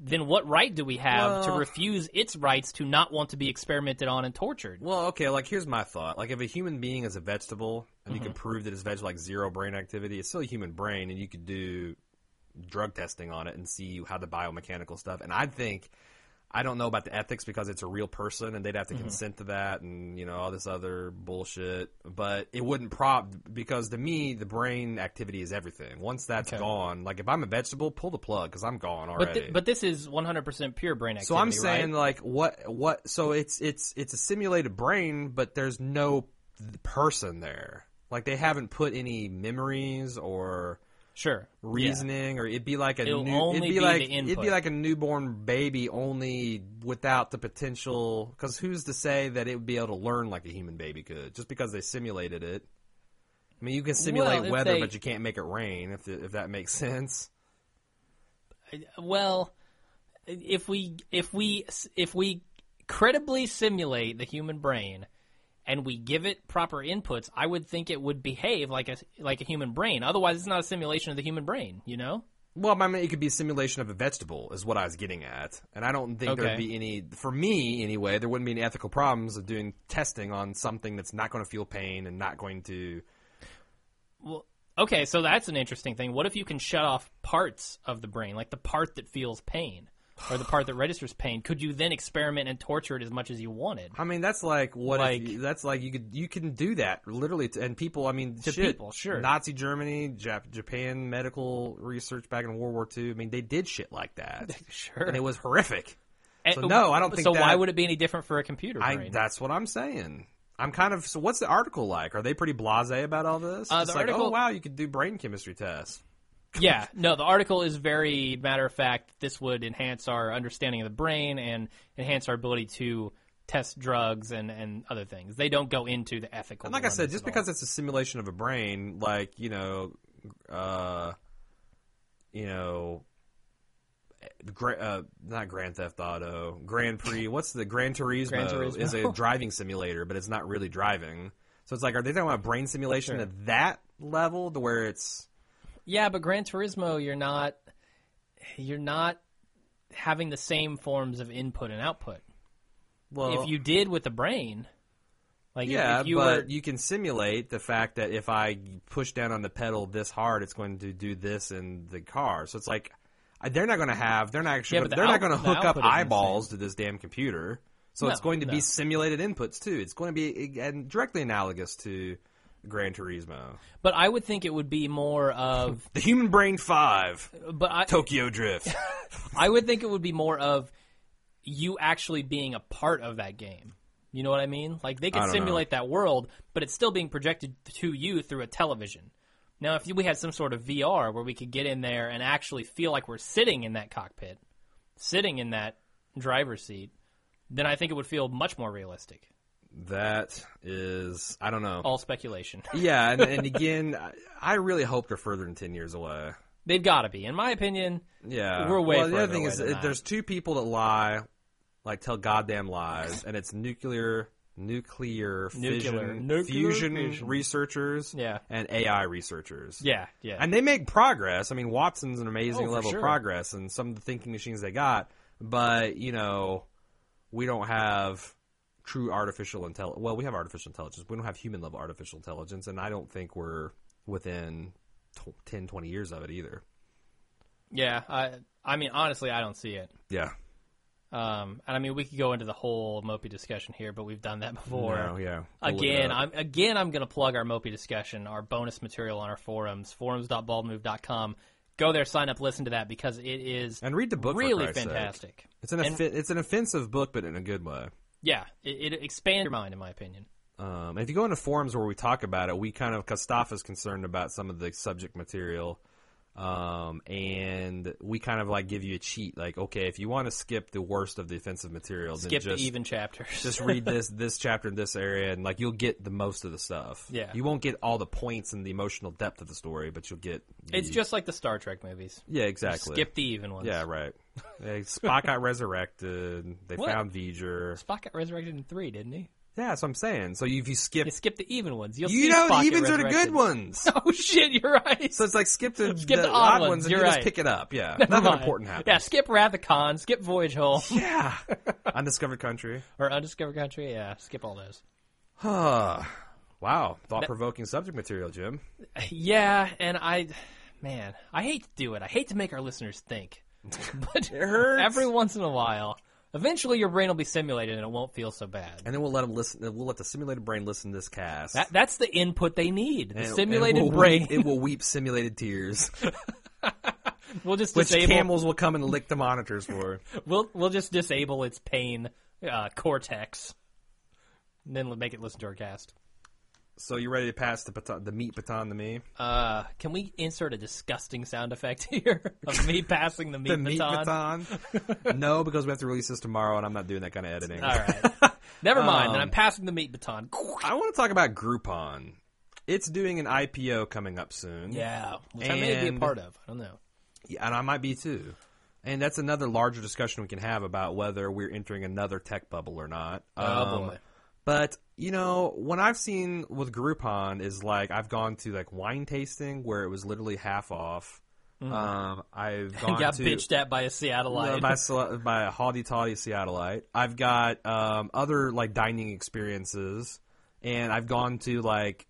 Speaker 2: then what right do we have to
Speaker 3: Well-
Speaker 2: refuse its rights to not want to be experimented on and tortured?
Speaker 3: Well, okay, like here's my thought. Like if a human being is a vegetable and you can prove that it's vegetable like zero brain activity, it's still a human brain and you could do drug testing on it and see how the biomechanical stuff and I think I don't know about the ethics because it's a real person and they'd have to consent to that and you know all this other bullshit, but it wouldn't prop because to me the brain activity is everything. Once that's gone, like if I'm a vegetable, pull the plug cuz I'm gone already.
Speaker 2: But thi- but this is 100% pure brain activity.
Speaker 3: So I'm saying
Speaker 2: right?
Speaker 3: like what what so it's it's it's a simulated brain but there's no person there. Like they haven't put any memories or
Speaker 2: sure.
Speaker 3: reasoning or it'd be like a
Speaker 2: It'll
Speaker 3: new
Speaker 2: only
Speaker 3: it'd be,
Speaker 2: be the
Speaker 3: like it'd
Speaker 2: input.
Speaker 3: be like a newborn baby only without the potential cuz who's to say that it would be able to learn like a human baby could just because they simulated it. I mean, you can simulate
Speaker 2: Well, if
Speaker 3: weather
Speaker 2: they-
Speaker 3: but you can't make it rain if if that makes <laughs> sense.
Speaker 2: well if we if we if we credibly simulate the human brain and we give it proper inputs i would think it would behave like a like a human brain otherwise it's not a simulation of the human brain you know
Speaker 3: Well, I mean, it could be a simulation of a vegetable, is what I was getting at, and I don't think
Speaker 2: Okay.
Speaker 3: there'd be any, for me anyway, there wouldn't be any ethical problems of doing testing on something that's not going to feel pain and not going to.
Speaker 2: well okay so that's an interesting thing what if you can shut off parts of the brain like the part that feels pain or the part that registers pain could you then experiment and torture it as much as you wanted
Speaker 3: I mean, that's like what if
Speaker 2: Like-
Speaker 3: you- that's like you could you can do that literally, to, and people. I mean,
Speaker 2: To
Speaker 3: shit,
Speaker 2: people, sure.
Speaker 3: Nazi Germany, Jap- Japan medical research back in World War II. I mean, they did shit like that,
Speaker 2: <laughs> sure
Speaker 3: and it was horrific.
Speaker 2: And-
Speaker 3: so no, I don't think
Speaker 2: so why
Speaker 3: that-
Speaker 2: would it be any different for a computer brain
Speaker 3: I, that's what I'm saying. I'm kind of. So, what's the article like? Are they pretty blasé about all this?
Speaker 2: Uh,
Speaker 3: it's
Speaker 2: the
Speaker 3: like, oh
Speaker 2: article-
Speaker 3: wow, you could do brain chemistry tests.
Speaker 2: yeah, no, the article is very matter of fact. This would enhance our understanding of the brain and enhance our ability to test drugs and, and other things. They don't go into the ethical.
Speaker 3: And like I said,
Speaker 2: dilemmas
Speaker 3: just
Speaker 2: at all.
Speaker 3: because it's a simulation of a brain, like you know, uh, you know, Gra- uh, not Grand Theft Auto,
Speaker 2: <laughs>
Speaker 3: Grand Prix. What's the Gran Turismo,
Speaker 2: Gran Turismo. <laughs>
Speaker 3: is a driving simulator, but it's not really driving. So it's like, are they talking about brain simulation
Speaker 2: Sure.
Speaker 3: at that level to where it's
Speaker 2: Yeah, but Gran Turismo, you're not you're not having the same forms of input and output.
Speaker 3: well?
Speaker 2: if you did with the brain, like if-
Speaker 3: yeah,
Speaker 2: if you
Speaker 3: but
Speaker 2: were
Speaker 3: you can simulate the fact that if I push down on the pedal this hard, it's going to do this in the car. So it's like I- they're not going to have they're not actually
Speaker 2: Yeah, but the
Speaker 3: they're not
Speaker 2: out-
Speaker 3: going to
Speaker 2: the
Speaker 3: hook up
Speaker 2: output is
Speaker 3: eyeballs to this damn computer. So
Speaker 2: No,
Speaker 3: it's going to be
Speaker 2: no.
Speaker 3: simulated inputs too. It's going to be eh, and directly analogous to Gran Turismo,
Speaker 2: but I would think it would be more of
Speaker 3: the Human Brain Five,
Speaker 2: but I <laughs>
Speaker 3: Tokyo Drift.
Speaker 2: I would think it would be more of you actually being a part of that game. You know what I mean? Like they
Speaker 3: I
Speaker 2: could
Speaker 3: don't
Speaker 2: simulate that world, but it's still being projected to you through a television. Now, if we had some sort of VR where we could get in there and actually feel like we're sitting in that cockpit, sitting in that driver's seat, then I think it would feel much more realistic.
Speaker 3: that is, I don't know.
Speaker 2: All speculation.
Speaker 3: Yeah, and, and again, I- I really hope they're further than ten years away.
Speaker 2: They've got to be, in my opinion.
Speaker 3: Yeah,
Speaker 2: We're way
Speaker 3: Well, the
Speaker 2: further
Speaker 3: other thing
Speaker 2: away
Speaker 3: is,
Speaker 2: than
Speaker 3: it-
Speaker 2: that.
Speaker 3: there's two people that lie, like tell goddamn lies, and it's nuclear, nuclear,
Speaker 2: Nuclear.
Speaker 3: fission,
Speaker 2: Nuclear
Speaker 3: fusion
Speaker 2: fission.
Speaker 3: researchers,
Speaker 2: Yeah.
Speaker 3: and AI researchers.
Speaker 2: Yeah, yeah.
Speaker 3: and they make progress. I mean, Watson's an amazing
Speaker 2: Oh, for
Speaker 3: level
Speaker 2: sure.
Speaker 3: of progress, and some of the thinking machines they got, but you know, we don't have true artificial intelligence. Well, we have artificial intelligence, but we don't have human level artificial intelligence, and I don't think we're within t- 10, 20 years of it either.
Speaker 2: yeah, I, I mean, honestly, I don't see it.
Speaker 3: Yeah.
Speaker 2: Um, and I mean, we could go into the whole Mopey discussion here, but we've done that before.
Speaker 3: No, yeah. We'll look it
Speaker 2: Again,
Speaker 3: up.
Speaker 2: I'm again I'm going to plug our Mopey discussion, our bonus material on our forums, forums.baldmove.com. Go there, sign up, listen to that because it is
Speaker 3: And read the book. for
Speaker 2: really
Speaker 3: Christ's sake.
Speaker 2: fantastic.
Speaker 3: It's an offe- it's an offensive book, but in a good way.
Speaker 2: Yeah, it, it expands your mind, in my opinion.
Speaker 3: Um, if you go into forums where we talk about it, we kind of Kostaf is concerned about some of the subject material, um, and we kind of like give you a cheat. Like, okay, if you want to skip the worst of the offensive material,
Speaker 2: Skip
Speaker 3: then just
Speaker 2: the even chapters.
Speaker 3: just read this <laughs> this chapter in this area, and like you'll get the most of the stuff.
Speaker 2: Yeah.
Speaker 3: you won't get all the points and the emotional depth of the story, but you'll get.
Speaker 2: <laughs>
Speaker 3: The,
Speaker 2: it's just like the Star Trek movies.
Speaker 3: yeah, exactly.
Speaker 2: Skip the even ones.
Speaker 3: Yeah, right. <laughs> They- Spock got resurrected. They
Speaker 2: What?
Speaker 3: found V'ger.
Speaker 2: Spock got resurrected in three, didn't he?
Speaker 3: Yeah, that's what I'm saying. So if you skip,
Speaker 2: You skip the even ones. You'll see
Speaker 3: you know,
Speaker 2: Spock
Speaker 3: the
Speaker 2: get
Speaker 3: evens are the good
Speaker 2: resurrected.
Speaker 3: ones.
Speaker 2: <laughs> Oh shit, you're right.
Speaker 3: So it's like skip
Speaker 2: <laughs>
Speaker 3: the,
Speaker 2: Skip the odd ones,
Speaker 3: and
Speaker 2: you're
Speaker 3: you
Speaker 2: right.
Speaker 3: just pick it up. Yeah,
Speaker 2: <laughs> Never
Speaker 3: nothing
Speaker 2: mind.
Speaker 3: important happens.
Speaker 2: Yeah, skip Wrath of Khan, skip Voyage Home <laughs>
Speaker 3: Yeah,
Speaker 2: <sighs>
Speaker 3: undiscovered country.
Speaker 2: or Undiscovered Country. Yeah, skip all those.
Speaker 3: Huh. wow, thought provoking subject material, Jim.
Speaker 2: Yeah, and I, man, I hate to do it. I hate to make our listeners think, but
Speaker 3: hurts.
Speaker 2: every once in a while, eventually your brain will be simulated and it won't feel so bad.
Speaker 3: And then we'll let them listen. We'll let the simulated brain listen to this cast.
Speaker 2: That, that's the input they need. The
Speaker 3: And- and
Speaker 2: simulated
Speaker 3: we'll
Speaker 2: brain. <laughs>
Speaker 3: weep, it will weep simulated tears,
Speaker 2: we'll just
Speaker 3: which
Speaker 2: disable.
Speaker 3: camels will come and lick the monitors
Speaker 2: <laughs>
Speaker 3: for.
Speaker 2: We'll we'll just disable its pain uh, cortex, and then we'll make it listen to our cast.
Speaker 3: So you ready to pass the baton, the meat baton to me?
Speaker 2: Uh, can we insert a disgusting sound effect <laughs> here of me passing the meat
Speaker 3: the <laughs> meat
Speaker 2: baton? <laughs>
Speaker 3: baton? no, because we have to release this tomorrow, and I'm not doing that kind of editing.
Speaker 2: All <laughs> right, never mind. then
Speaker 3: Um,
Speaker 2: I'm passing the meat baton.
Speaker 3: I want to talk about Groupon. It's doing an IPO coming up soon.
Speaker 2: Yeah, which I may be a
Speaker 3: And-
Speaker 2: part of. I don't know.
Speaker 3: Yeah, and I might be too. And that's another larger discussion we can have about whether we're entering another tech bubble or not. Um,
Speaker 2: Oh, boy.
Speaker 3: But you know, what I've seen with Groupon is like I've gone to like wine tasting where it was literally half off.
Speaker 2: Mm-hmm.
Speaker 3: Um,
Speaker 2: <laughs>
Speaker 3: I've gone
Speaker 2: <laughs> got
Speaker 3: to
Speaker 2: bitched at by a Seattleite.
Speaker 3: no, by, Sel- by a haughty toddy Seattleite. I've got um, other like dining experiences, and I've gone to like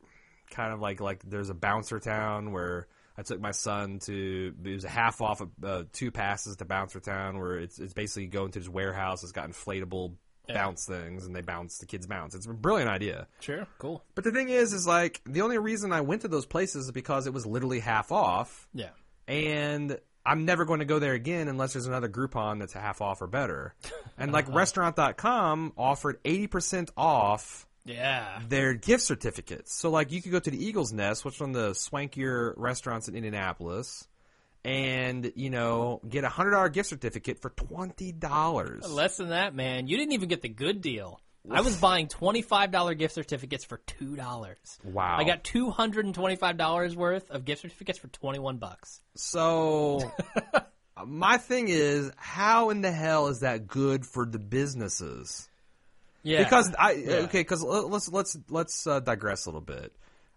Speaker 3: kind of like like there's a bouncer town where I took my son to. It was a half off of uh, two passes to bouncer town where it's it's basically you go into this warehouse. It's got inflatable bounce things, and they bounce the kids bounce. It's a brilliant idea.
Speaker 2: <laughs> sure, cool.
Speaker 3: But the thing is, is like the only reason I went to those places is because it was literally half off
Speaker 2: Yeah,
Speaker 3: and I'm never going to go there again unless there's another Groupon that's a half off
Speaker 2: <laughs>
Speaker 3: or better. And like restaurant.com offered 80% off
Speaker 2: <laughs> yeah.
Speaker 3: their gift certificates. So like you could go to the Eagle's Nest, which is one of the swankier restaurants in Indianapolis, and you know, get a $100 gift certificate for $20.
Speaker 2: Less than that, man. You didn't even get the good deal. I was buying twenty five dollar gift certificates for two dollars.
Speaker 3: Wow.
Speaker 2: I got two <laughs> hundred and twenty five dollars worth of gift certificates for twenty one bucks.
Speaker 3: So My thing is, how in the hell is that good for the businesses?
Speaker 2: Yeah.
Speaker 3: because I okay because let's let's let's uh, digress a little bit.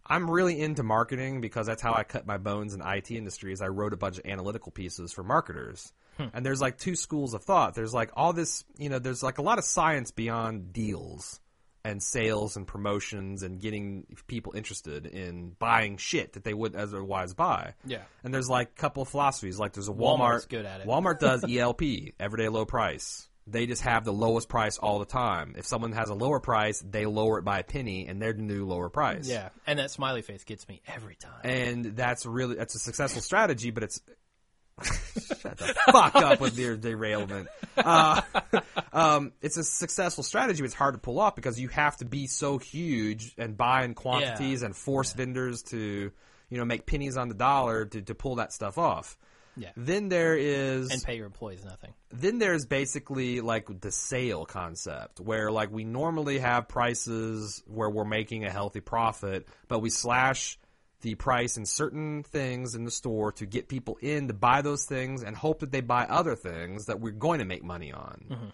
Speaker 3: I'm really into marketing because that's how I cut my bones in IT industry. Is I wrote a bunch of analytical pieces for marketers,
Speaker 2: Hmm.
Speaker 3: and there's like two schools of thought. There's like all this you know there's like a lot of science beyond deals and sales and promotions and getting people interested in buying shit that they would otherwise buy.
Speaker 2: Yeah.
Speaker 3: and there's like a couple of philosophies like there's a
Speaker 2: Walmart's
Speaker 3: Walmart
Speaker 2: good at it. <laughs>
Speaker 3: Walmart does ELP, everyday low price. They just have the lowest price all the time. If someone has a lower price, they lower it by a penny, and they're the new lower price.
Speaker 2: yeah, and that smiley face gets me every time.
Speaker 3: and that's really that's a successful strategy, but it's <laughs> shut
Speaker 2: <laughs>
Speaker 3: the fuck up with your derailment. Uh, <laughs> um, it's a successful strategy. but It's hard to pull off because you have to be so huge and buy in quantities and force vendors to you know make pennies on the dollar to to pull that stuff off.
Speaker 2: Yeah.
Speaker 3: Then there is
Speaker 2: and pay your employees nothing.
Speaker 3: then there's basically like the sale concept where like we normally have prices where we're making a healthy profit but we slash the price in certain things in the store to get people in to buy those things and hope that they buy other things that we're going to make money on
Speaker 2: Mm-hmm.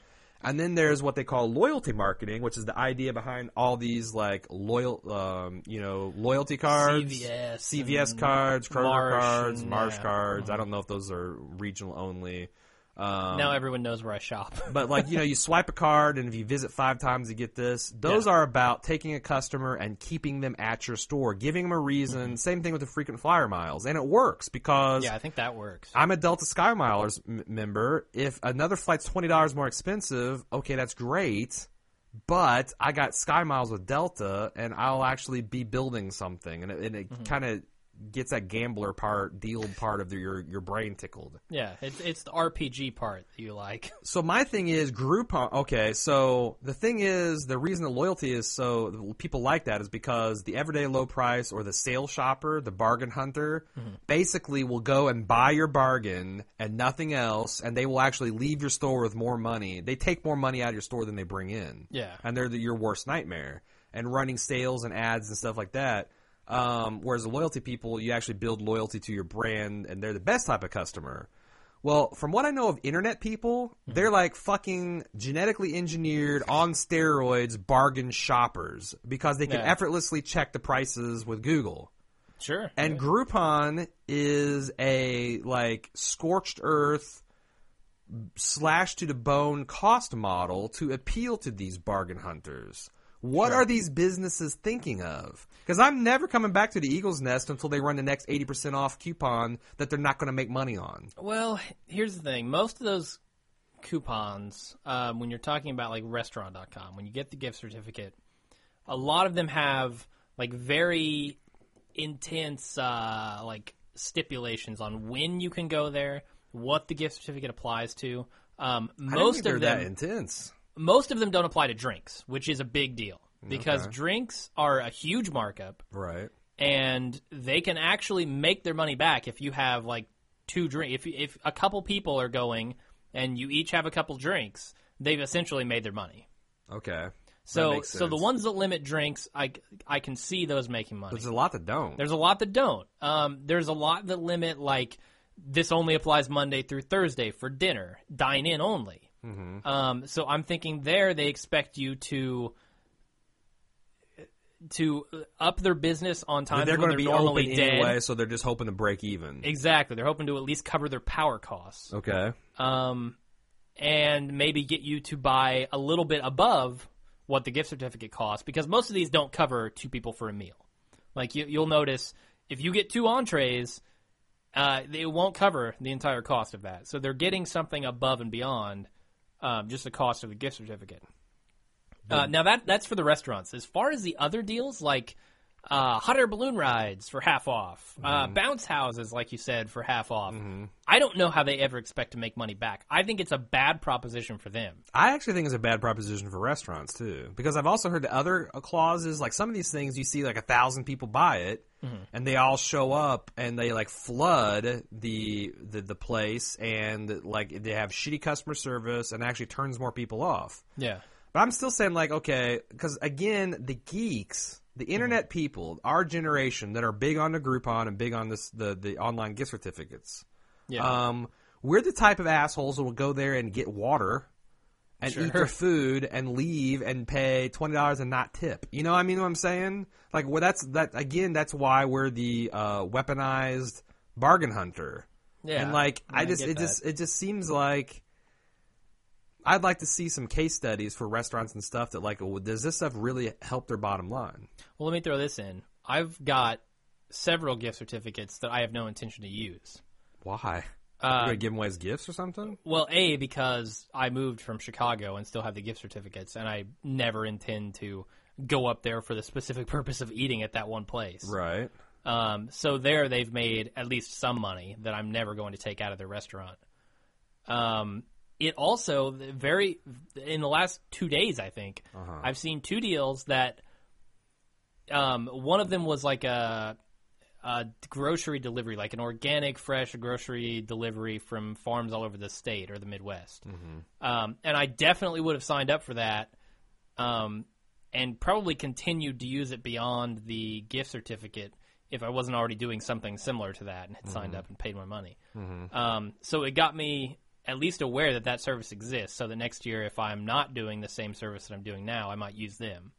Speaker 3: and then there's what they call loyalty marketing which is the idea behind all these like loyal um, you know loyalty cards
Speaker 2: CVS
Speaker 3: CVS
Speaker 2: and
Speaker 3: cards Kroger
Speaker 2: Marsh
Speaker 3: cards
Speaker 2: and-
Speaker 3: Marsh
Speaker 2: yeah. Mm-hmm.
Speaker 3: cards I don't know if those are regional only um,
Speaker 2: now everyone knows where I shop. <laughs>
Speaker 3: but like you know, you swipe a card, and if you visit five times, you get this. Those
Speaker 2: Yeah.
Speaker 3: are about taking a customer and keeping them at your store, giving them a reason. Same thing with the frequent flyer miles, and it works
Speaker 2: Mm-hmm.
Speaker 3: because
Speaker 2: yeah, I think that works.
Speaker 3: I'm a Delta Sky Milers m- member. If another flight's twenty dollars more expensive, okay, that's great. But I got Sky Miles with Delta, and I'll actually be building something, and it, and
Speaker 2: Mm-hmm.
Speaker 3: it kind of gets that gambler part, deal part of the, your your brain tickled.
Speaker 2: yeah, it's it's the RPG part that you like. <laughs>
Speaker 3: So my thing is Groupon. Okay, so the thing is the reason the loyalty is so people like that is because the everyday low price or the sale shopper, the bargain hunter, basically will go and buy your bargain and nothing else, and they will actually leave your store with more money. They take more money out of your store than they bring in.
Speaker 2: Yeah.
Speaker 3: and they're the, your worst nightmare. And running sales and ads and stuff like that. Um, whereas the loyalty people, you actually build loyalty to your brand, and they're the best type of customer. Well, from what I know of internet people, they're like fucking genetically engineered on steroids bargain shoppers because they can
Speaker 2: Yeah.
Speaker 3: effortlessly check the prices with Google.
Speaker 2: Sure.
Speaker 3: And Groupon is a like scorched earth slash to the bone cost model to appeal to these bargain hunters. What are these businesses thinking of? Because I'm never coming back to the Eagles Nest until they run the next 80% off coupon that they're not going to make money on.
Speaker 2: Well, here's the thing. Most of those coupons, um, when you're talking about like restaurant.com, when you get the gift certificate, a lot of them have like very intense uh, like stipulations on when you can go there, what the gift certificate applies to. Um, most
Speaker 3: I
Speaker 2: of them,
Speaker 3: didn't think they were that intense.
Speaker 2: most of them don't apply to drinks, which is a big deal because drinks are a huge markup
Speaker 3: Right.
Speaker 2: and they can actually make their money back if you have like two drink if if a couple people are going and you each have a couple drinks they've essentially made their money
Speaker 3: Okay. That
Speaker 2: so
Speaker 3: makes
Speaker 2: so the
Speaker 3: sense.
Speaker 2: ones that limit drinks i i can see those making money
Speaker 3: There's a lot that don't.
Speaker 2: there's a lot that don't um there's a lot that limit like this only applies monday through thursday for dinner dine in only
Speaker 3: Mm-hmm.
Speaker 2: um so i'm thinking there they expect you to to up their business on time
Speaker 3: they're
Speaker 2: when
Speaker 3: going to
Speaker 2: they're
Speaker 3: be open
Speaker 2: normally dead.
Speaker 3: anyway, so they're just hoping to break even.
Speaker 2: Exactly. They're hoping to at least cover their power costs.
Speaker 3: Okay.
Speaker 2: Um, and maybe get you to buy a little bit above what the gift certificate costs because most of these don't cover two people for a meal. Like you, you'll notice if you get two entrees, uh, it won't cover the entire cost of that. So they're getting something above and beyond um, just the cost of the gift certificate. Uh, now that that's for the restaurants. As far as the other deals, like uh, hot air balloon rides for half off, uh, bounce houses, like you said, for half off. I don't know how they ever expect to make money back. I think it's a bad proposition for them.
Speaker 3: I actually think it's a bad proposition for restaurants too, because I've also heard the other uh, clauses. Like some of these things, you see like a thousand people buy it,
Speaker 2: Mm-hmm.
Speaker 3: and they all show up and they like flood the, the the place, and like they have shitty customer service, and actually turns more people off.
Speaker 2: Yeah,
Speaker 3: But I'm still saying like okay, because again, the geeks, the internet people, our generation that are big on the Groupon and big on this the the online gift certificates.
Speaker 2: yeah.
Speaker 3: Um, we're the type of assholes that will go there and get water and eat their food and leave and pay twenty dollars and not tip. You know, what I mean, what I'm saying, like, well, that's that again. That's why we're the uh, weaponized bargain hunter.
Speaker 2: Yeah,
Speaker 3: and like, I,
Speaker 2: mean,
Speaker 3: just
Speaker 2: get
Speaker 3: it
Speaker 2: that.
Speaker 3: just it just seems like I'd like to see some case studies for restaurants and stuff that like, well, does this stuff really help their bottom line?
Speaker 2: Well, let me throw this in. I've got several gift certificates that I have no intention to use.
Speaker 3: Why?
Speaker 2: Uh,
Speaker 3: you gonna give them away as gifts or something?
Speaker 2: Well, a because I moved from Chicago and still have the gift certificates, and I never intend to go up there for the specific <laughs> purpose of eating at that one place.
Speaker 3: Right.
Speaker 2: Um, so there, they've made at least some money that I'm never going to take out of their restaurant. Um, it also very in the last two days, I think I've seen two deals that. Um, one of them was like a, a grocery delivery, like an organic, fresh grocery delivery from farms all over the state or the Midwest. Um, and I definitely would have signed up for that um, and probably continued to use it beyond the gift certificate if I wasn't already doing something similar to that and had signed
Speaker 3: Mm-hmm.
Speaker 2: up and paid my money. Um, so it got me at least aware that that service exists so that next year, if I'm not doing the same service that I'm doing now, I might use them.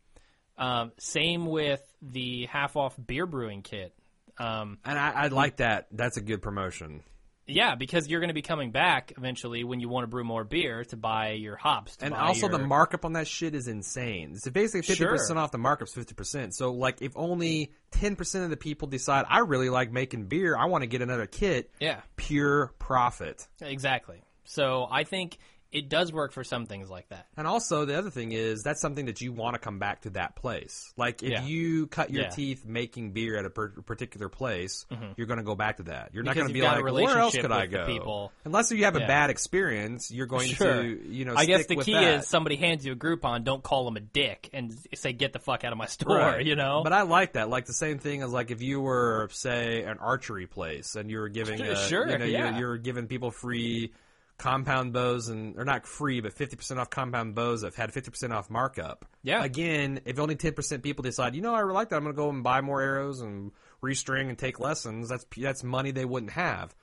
Speaker 2: Um, same with the half off beer brewing kit. Um,
Speaker 3: And I, I like that. That's a good promotion.
Speaker 2: yeah, because you're going to be coming back eventually when you want to brew more beer to buy your hops. To
Speaker 3: And
Speaker 2: buy
Speaker 3: also, the
Speaker 2: your-
Speaker 3: markup on that shit is insane. It's basically fifty
Speaker 2: Sure.
Speaker 3: percent off. The markup's fifty percent. So, like, if only ten percent of the people decide, I really like making beer, I want to get another kit.
Speaker 2: Yeah.
Speaker 3: pure profit.
Speaker 2: Exactly. So I think it does work for some things like that.
Speaker 3: And also, the other thing is that's something that you want to come back to that place. Like, if
Speaker 2: Yeah.
Speaker 3: you cut your
Speaker 2: Yeah. Mm-hmm.
Speaker 3: teeth making beer at a per- particular place, you're going to go back to that. You're not
Speaker 2: Because
Speaker 3: going to be
Speaker 2: you've got a
Speaker 3: like, where else
Speaker 2: relationship
Speaker 3: could I
Speaker 2: with the
Speaker 3: go?
Speaker 2: people.
Speaker 3: Unless you have a
Speaker 2: Yeah.
Speaker 3: bad experience, you're going to, you know,
Speaker 2: I guess
Speaker 3: stick
Speaker 2: the
Speaker 3: with
Speaker 2: key
Speaker 3: that.
Speaker 2: is somebody hands you a Groupon, don't call them a dick and say get the fuck out of my store.
Speaker 3: Right.
Speaker 2: You know.
Speaker 3: But I like that. Like the same thing as like if you were say an archery place and you were giving uh,
Speaker 2: Sure,
Speaker 3: you know,
Speaker 2: yeah.
Speaker 3: you're, you're giving people free compound bows and or not free but 50% off compound bows that had 50% off markup.
Speaker 2: Yeah.
Speaker 3: Again, if only 10% people decide, you know, I really like that, I'm going to go and buy more arrows and restring and take lessons, that's that's money they wouldn't have.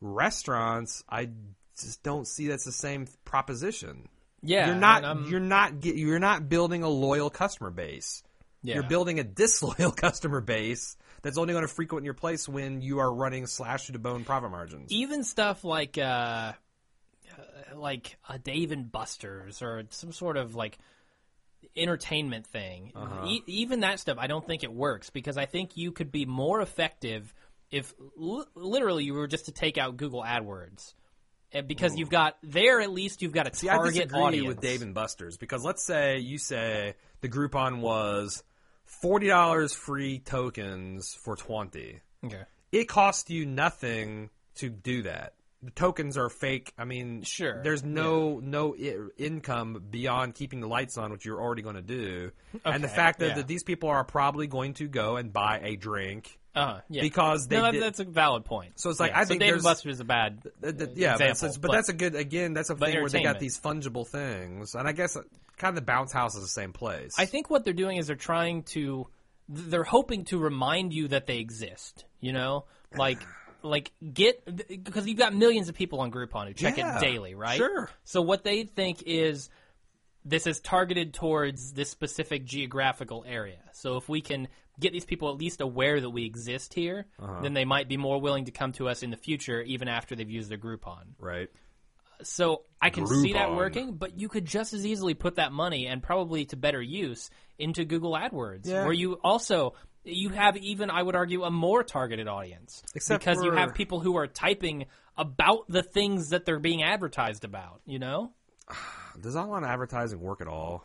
Speaker 3: Restaurants, I just don't see that's the same proposition.
Speaker 2: yeah,
Speaker 3: you're not
Speaker 2: and I'm-
Speaker 3: you're not get, you're not building a loyal customer base.
Speaker 2: yeah.
Speaker 3: You're building a <laughs> disloyal customer base that's only going to frequent your place when you are running slash to the bone profit margins.
Speaker 2: even stuff like uh, uh, like a Dave and Buster's or some sort of like entertainment thing.
Speaker 3: Uh-huh.
Speaker 2: E- even that stuff, I don't think it works because I think you could be more effective if li- literally you were just to take out Google AdWords. And because you've got there, at least you've got a
Speaker 3: See, I
Speaker 2: target
Speaker 3: disagree
Speaker 2: audience.
Speaker 3: with Dave and Buster's because let's say you say the Groupon was forty dollars free tokens for twenty.
Speaker 2: Okay.
Speaker 3: It costs you nothing to do that. The tokens are fake. I mean,
Speaker 2: Sure,
Speaker 3: There's no no I- income beyond keeping the lights on, which you're already going to do, and the
Speaker 2: Okay,
Speaker 3: fact that,
Speaker 2: yeah.
Speaker 3: that these people are probably going to go and buy a drink.
Speaker 2: Uh, yeah.
Speaker 3: Because they
Speaker 2: no, that-
Speaker 3: did-
Speaker 2: that's a valid point.
Speaker 3: So it's like,
Speaker 2: Yeah.
Speaker 3: I
Speaker 2: so
Speaker 3: think
Speaker 2: Dave
Speaker 3: there's-
Speaker 2: and Buster's is a bad.
Speaker 3: Th- th- yeah, but, it's-
Speaker 2: example,
Speaker 3: it's- but that's a good again. That's a thing where they got
Speaker 2: entertainment.
Speaker 3: these fungible things, and I guess uh, kind of the bounce house is the same place.
Speaker 2: I think what they're doing is they're trying to they're hoping to remind you that they exist, you
Speaker 3: <sighs>
Speaker 2: know? Like like get because you've got millions of people on Groupon who check
Speaker 3: Yeah,
Speaker 2: it daily, right?
Speaker 3: sure.
Speaker 2: So what they think is this is targeted towards this specific geographical area. So if we can get these people at least aware that we exist here,
Speaker 3: Uh-huh.
Speaker 2: then they might be more willing to come to us in the future even after they've used their Groupon.
Speaker 3: right.
Speaker 2: So I can see that
Speaker 3: Groupon.
Speaker 2: working, but you could just as easily put that money and probably to better use into Google AdWords,
Speaker 3: Yeah.
Speaker 2: where you also you have even I would argue a more targeted audience
Speaker 3: Except
Speaker 2: because you
Speaker 3: for-
Speaker 2: have people who are typing about the things that they're being advertised about. You know,
Speaker 3: Does online advertising work at all?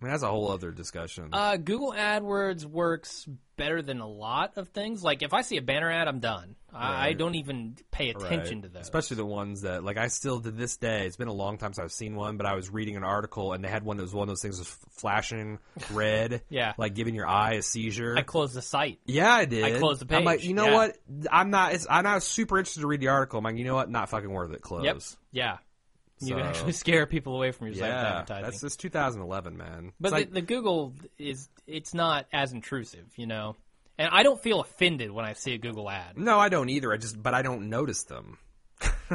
Speaker 3: I mean, that's a whole other discussion.
Speaker 2: uh, Google AdWords works better than a lot of things. Like if I see a banner ad, I'm done. I, I don't even pay
Speaker 3: Right.
Speaker 2: attention to those.
Speaker 3: especially the ones that like I still to this day. It's been a long time since I've seen one, but I was reading an article and they had one that was one of those things that was f- flashing
Speaker 2: <laughs>
Speaker 3: red,
Speaker 2: Yeah.
Speaker 3: like giving your eye a seizure.
Speaker 2: I close the site.
Speaker 3: Yeah, I did.
Speaker 2: I closed the
Speaker 3: I'm like,
Speaker 2: page.
Speaker 3: you know
Speaker 2: Yeah.
Speaker 3: what? I'm not. It's, I'm not super interested to read the article. I'm like, you know what? Not fucking worth it. Close.
Speaker 2: Yep. Yeah. You
Speaker 3: So-
Speaker 2: can actually <laughs> scare people away from your site with
Speaker 3: Yeah,
Speaker 2: advertising.
Speaker 3: that's this 2011, man.
Speaker 2: But
Speaker 3: It's like-
Speaker 2: the, the Google is it's not as intrusive, you know. And I don't feel offended when I see a Google ad.
Speaker 3: no, I don't either. I just, but I don't notice them. <laughs>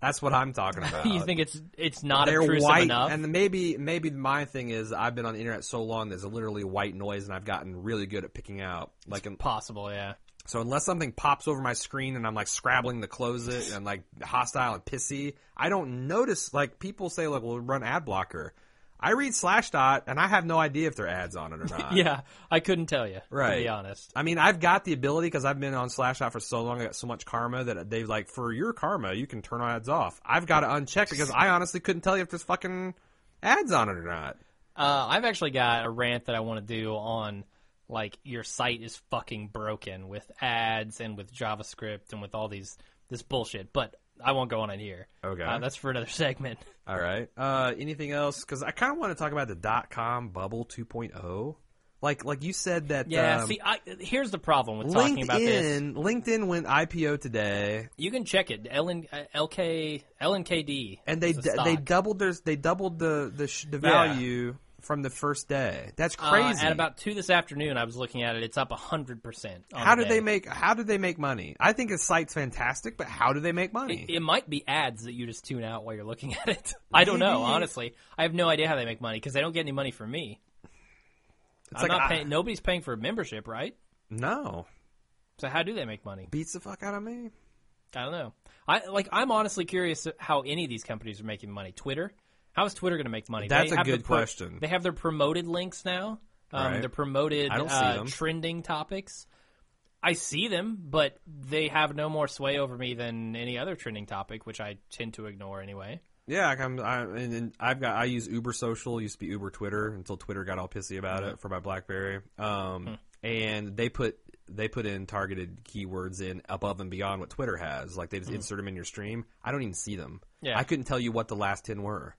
Speaker 3: That's what I'm talking about.
Speaker 2: <laughs> you think it's it's not
Speaker 3: they're
Speaker 2: obtrusive
Speaker 3: white,
Speaker 2: enough?
Speaker 3: and maybe maybe my thing is I've been on the internet so long there's literally white noise, and I've gotten really good at picking out. Like, in,
Speaker 2: Possible, yeah.
Speaker 3: so unless something pops over my screen and I'm like scrabbling to close it and like hostile and pissy, I don't notice. Like people say, like, "Well, run ad blocker." I read Slashdot, and I have no idea if there are ads on
Speaker 2: <laughs>
Speaker 3: it or not.
Speaker 2: Yeah, I couldn't tell you. To
Speaker 3: Right.
Speaker 2: be honest.
Speaker 3: I mean, I've got the ability because I've been on Slashdot for so long. I got so much karma that they like for your karma, you can turn ads off. I've got to uncheck because I honestly couldn't tell you if there's fucking ads on it or not.
Speaker 2: Uh, I've actually got a rant that I want to do on like your site is fucking broken with ads and with JavaScript and with all these this bullshit. But I won't go on in here.
Speaker 3: Okay.
Speaker 2: Uh, that's for another <laughs> segment.
Speaker 3: All right. Uh, anything else? Because I kind of want to talk about the dot com bubble 2.0. Like, like you said that.
Speaker 2: Yeah.
Speaker 3: um,
Speaker 2: see, I, here's the problem with talking
Speaker 3: LinkedIn.
Speaker 2: about this.
Speaker 3: LinkedIn went IPO today,
Speaker 2: You can check it. LN, uh, LK, LNKD.
Speaker 3: and they
Speaker 2: is a
Speaker 3: d-
Speaker 2: stock.
Speaker 3: they doubled their they doubled the the, sh- the
Speaker 2: Yeah.
Speaker 3: value from the first day. That's
Speaker 2: Uh,
Speaker 3: crazy.
Speaker 2: at about two this afternoon, I was looking at it. It's up hundred percent.
Speaker 3: how do they make how do they make money? I think his site's fantastic, but how do they make money?
Speaker 2: It, it might be ads that you just tune out while you're looking at it. <laughs> I don't know,
Speaker 3: Maybe.
Speaker 2: honestly. I have no idea how they make money because they don't get any money from me.
Speaker 3: it's
Speaker 2: I'm
Speaker 3: like
Speaker 2: not
Speaker 3: I-
Speaker 2: paying. Nobody's paying for a membership, right?
Speaker 3: no
Speaker 2: So how do they make money?
Speaker 3: beats the fuck out of me.
Speaker 2: I don't know. I like. I'm honestly curious how any of these companies are making money. Twitter. How is Twitter going to make money?
Speaker 3: That's
Speaker 2: They
Speaker 3: a
Speaker 2: have the
Speaker 3: good
Speaker 2: pro-
Speaker 3: question.
Speaker 2: They have their promoted links now. Um,
Speaker 3: Right.
Speaker 2: Their promoted
Speaker 3: I don't see
Speaker 2: uh,
Speaker 3: them.
Speaker 2: trending topics. I see them, but they have no more sway over me than any other trending topic, which I tend to ignore anyway.
Speaker 3: Yeah, like I'm, I, and, and I've got I use Uber Social, used to be Uber Twitter until Twitter got all pissy about it for my BlackBerry.
Speaker 2: Hmm.
Speaker 3: Um, and they put they put in targeted keywords in above and beyond what Twitter has. Like they just insert them in your stream. I don't even see them.
Speaker 2: Hmm. Yeah.
Speaker 3: I couldn't tell you what the last ten were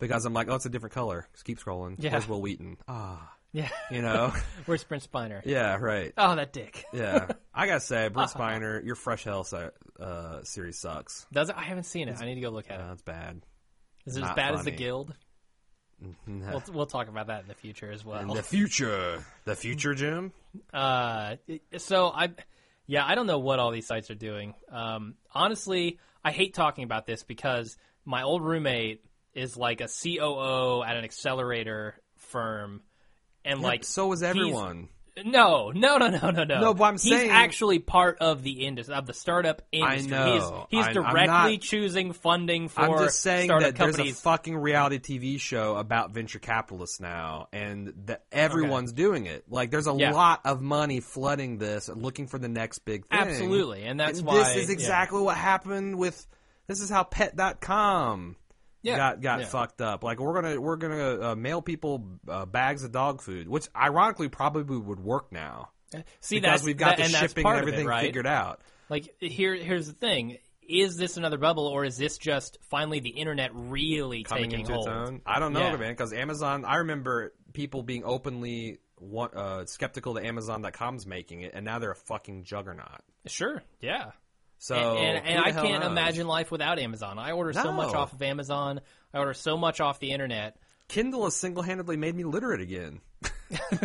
Speaker 3: because I'm like, oh, it's a different color. Just keep scrolling.
Speaker 2: Yeah.
Speaker 3: Where's Will Wheaton? Ah,
Speaker 2: <laughs> Yeah.
Speaker 3: you know,
Speaker 2: <laughs> Where's Prince Spiner?
Speaker 3: yeah, right.
Speaker 2: <laughs> Oh, that dick.
Speaker 3: Yeah, I gotta say,
Speaker 2: <laughs>
Speaker 3: Brent Spiner, your Fresh Hell si- uh, series sucks. Uh,
Speaker 2: Does it? I haven't seen it. I need to go look at it.
Speaker 3: That's bad. <laughs>
Speaker 2: Is it as
Speaker 3: not
Speaker 2: bad as the
Speaker 3: funny. <laughs>
Speaker 2: Guild? We'll, we'll talk about that in the future as well.
Speaker 3: In the future, the future, Jim.
Speaker 2: Uh, so I, yeah, I don't know what all these sites are doing. Um, honestly, I hate talking about this because my old roommate is like a COO at an accelerator firm, and like
Speaker 3: so is
Speaker 2: he's-
Speaker 3: everyone.
Speaker 2: No, no, no, no, no, no.
Speaker 3: No, but I'm
Speaker 2: he's
Speaker 3: saying-
Speaker 2: actually part of the industry of the startup industry.
Speaker 3: know.
Speaker 2: He's, he's
Speaker 3: I- I'm
Speaker 2: directly
Speaker 3: not-
Speaker 2: choosing funding for
Speaker 3: I'm just saying
Speaker 2: startup
Speaker 3: that there's a
Speaker 2: companies.
Speaker 3: fucking reality TV show about venture capitalists now, and that everyone's doing it. Like, there's a
Speaker 2: Yeah.
Speaker 3: lot of money flooding this, and looking for the next big thing.
Speaker 2: Absolutely, and that's
Speaker 3: And
Speaker 2: why
Speaker 3: this is
Speaker 2: yeah.
Speaker 3: exactly what happened with. This is how Pet.com
Speaker 2: Yeah.
Speaker 3: got got
Speaker 2: Yeah.
Speaker 3: fucked up. Like we're gonna we're gonna uh, mail people uh, bags of dog food, which ironically probably would work now
Speaker 2: See,
Speaker 3: because
Speaker 2: that's,
Speaker 3: we've got
Speaker 2: that-
Speaker 3: the
Speaker 2: and that's
Speaker 3: shipping
Speaker 2: part
Speaker 3: and
Speaker 2: of it,
Speaker 3: everything
Speaker 2: right?
Speaker 3: figured out.
Speaker 2: Like here, here's the thing: is this another bubble, or is this just finally the internet really
Speaker 3: coming
Speaker 2: taking
Speaker 3: into
Speaker 2: hold?
Speaker 3: its own. I don't know,
Speaker 2: Yeah.
Speaker 3: man, because Amazon. I remember people being openly wa- uh, skeptical that Amazon.com's making it, and now they're a fucking juggernaut.
Speaker 2: Sure, yeah.
Speaker 3: So
Speaker 2: and and, and
Speaker 3: who
Speaker 2: I
Speaker 3: the hell
Speaker 2: can't
Speaker 3: knows?
Speaker 2: imagine life without Amazon. I order so much
Speaker 3: No.
Speaker 2: off of Amazon. I order so much off the internet.
Speaker 3: Kindle has single-handedly made me literate again. <laughs>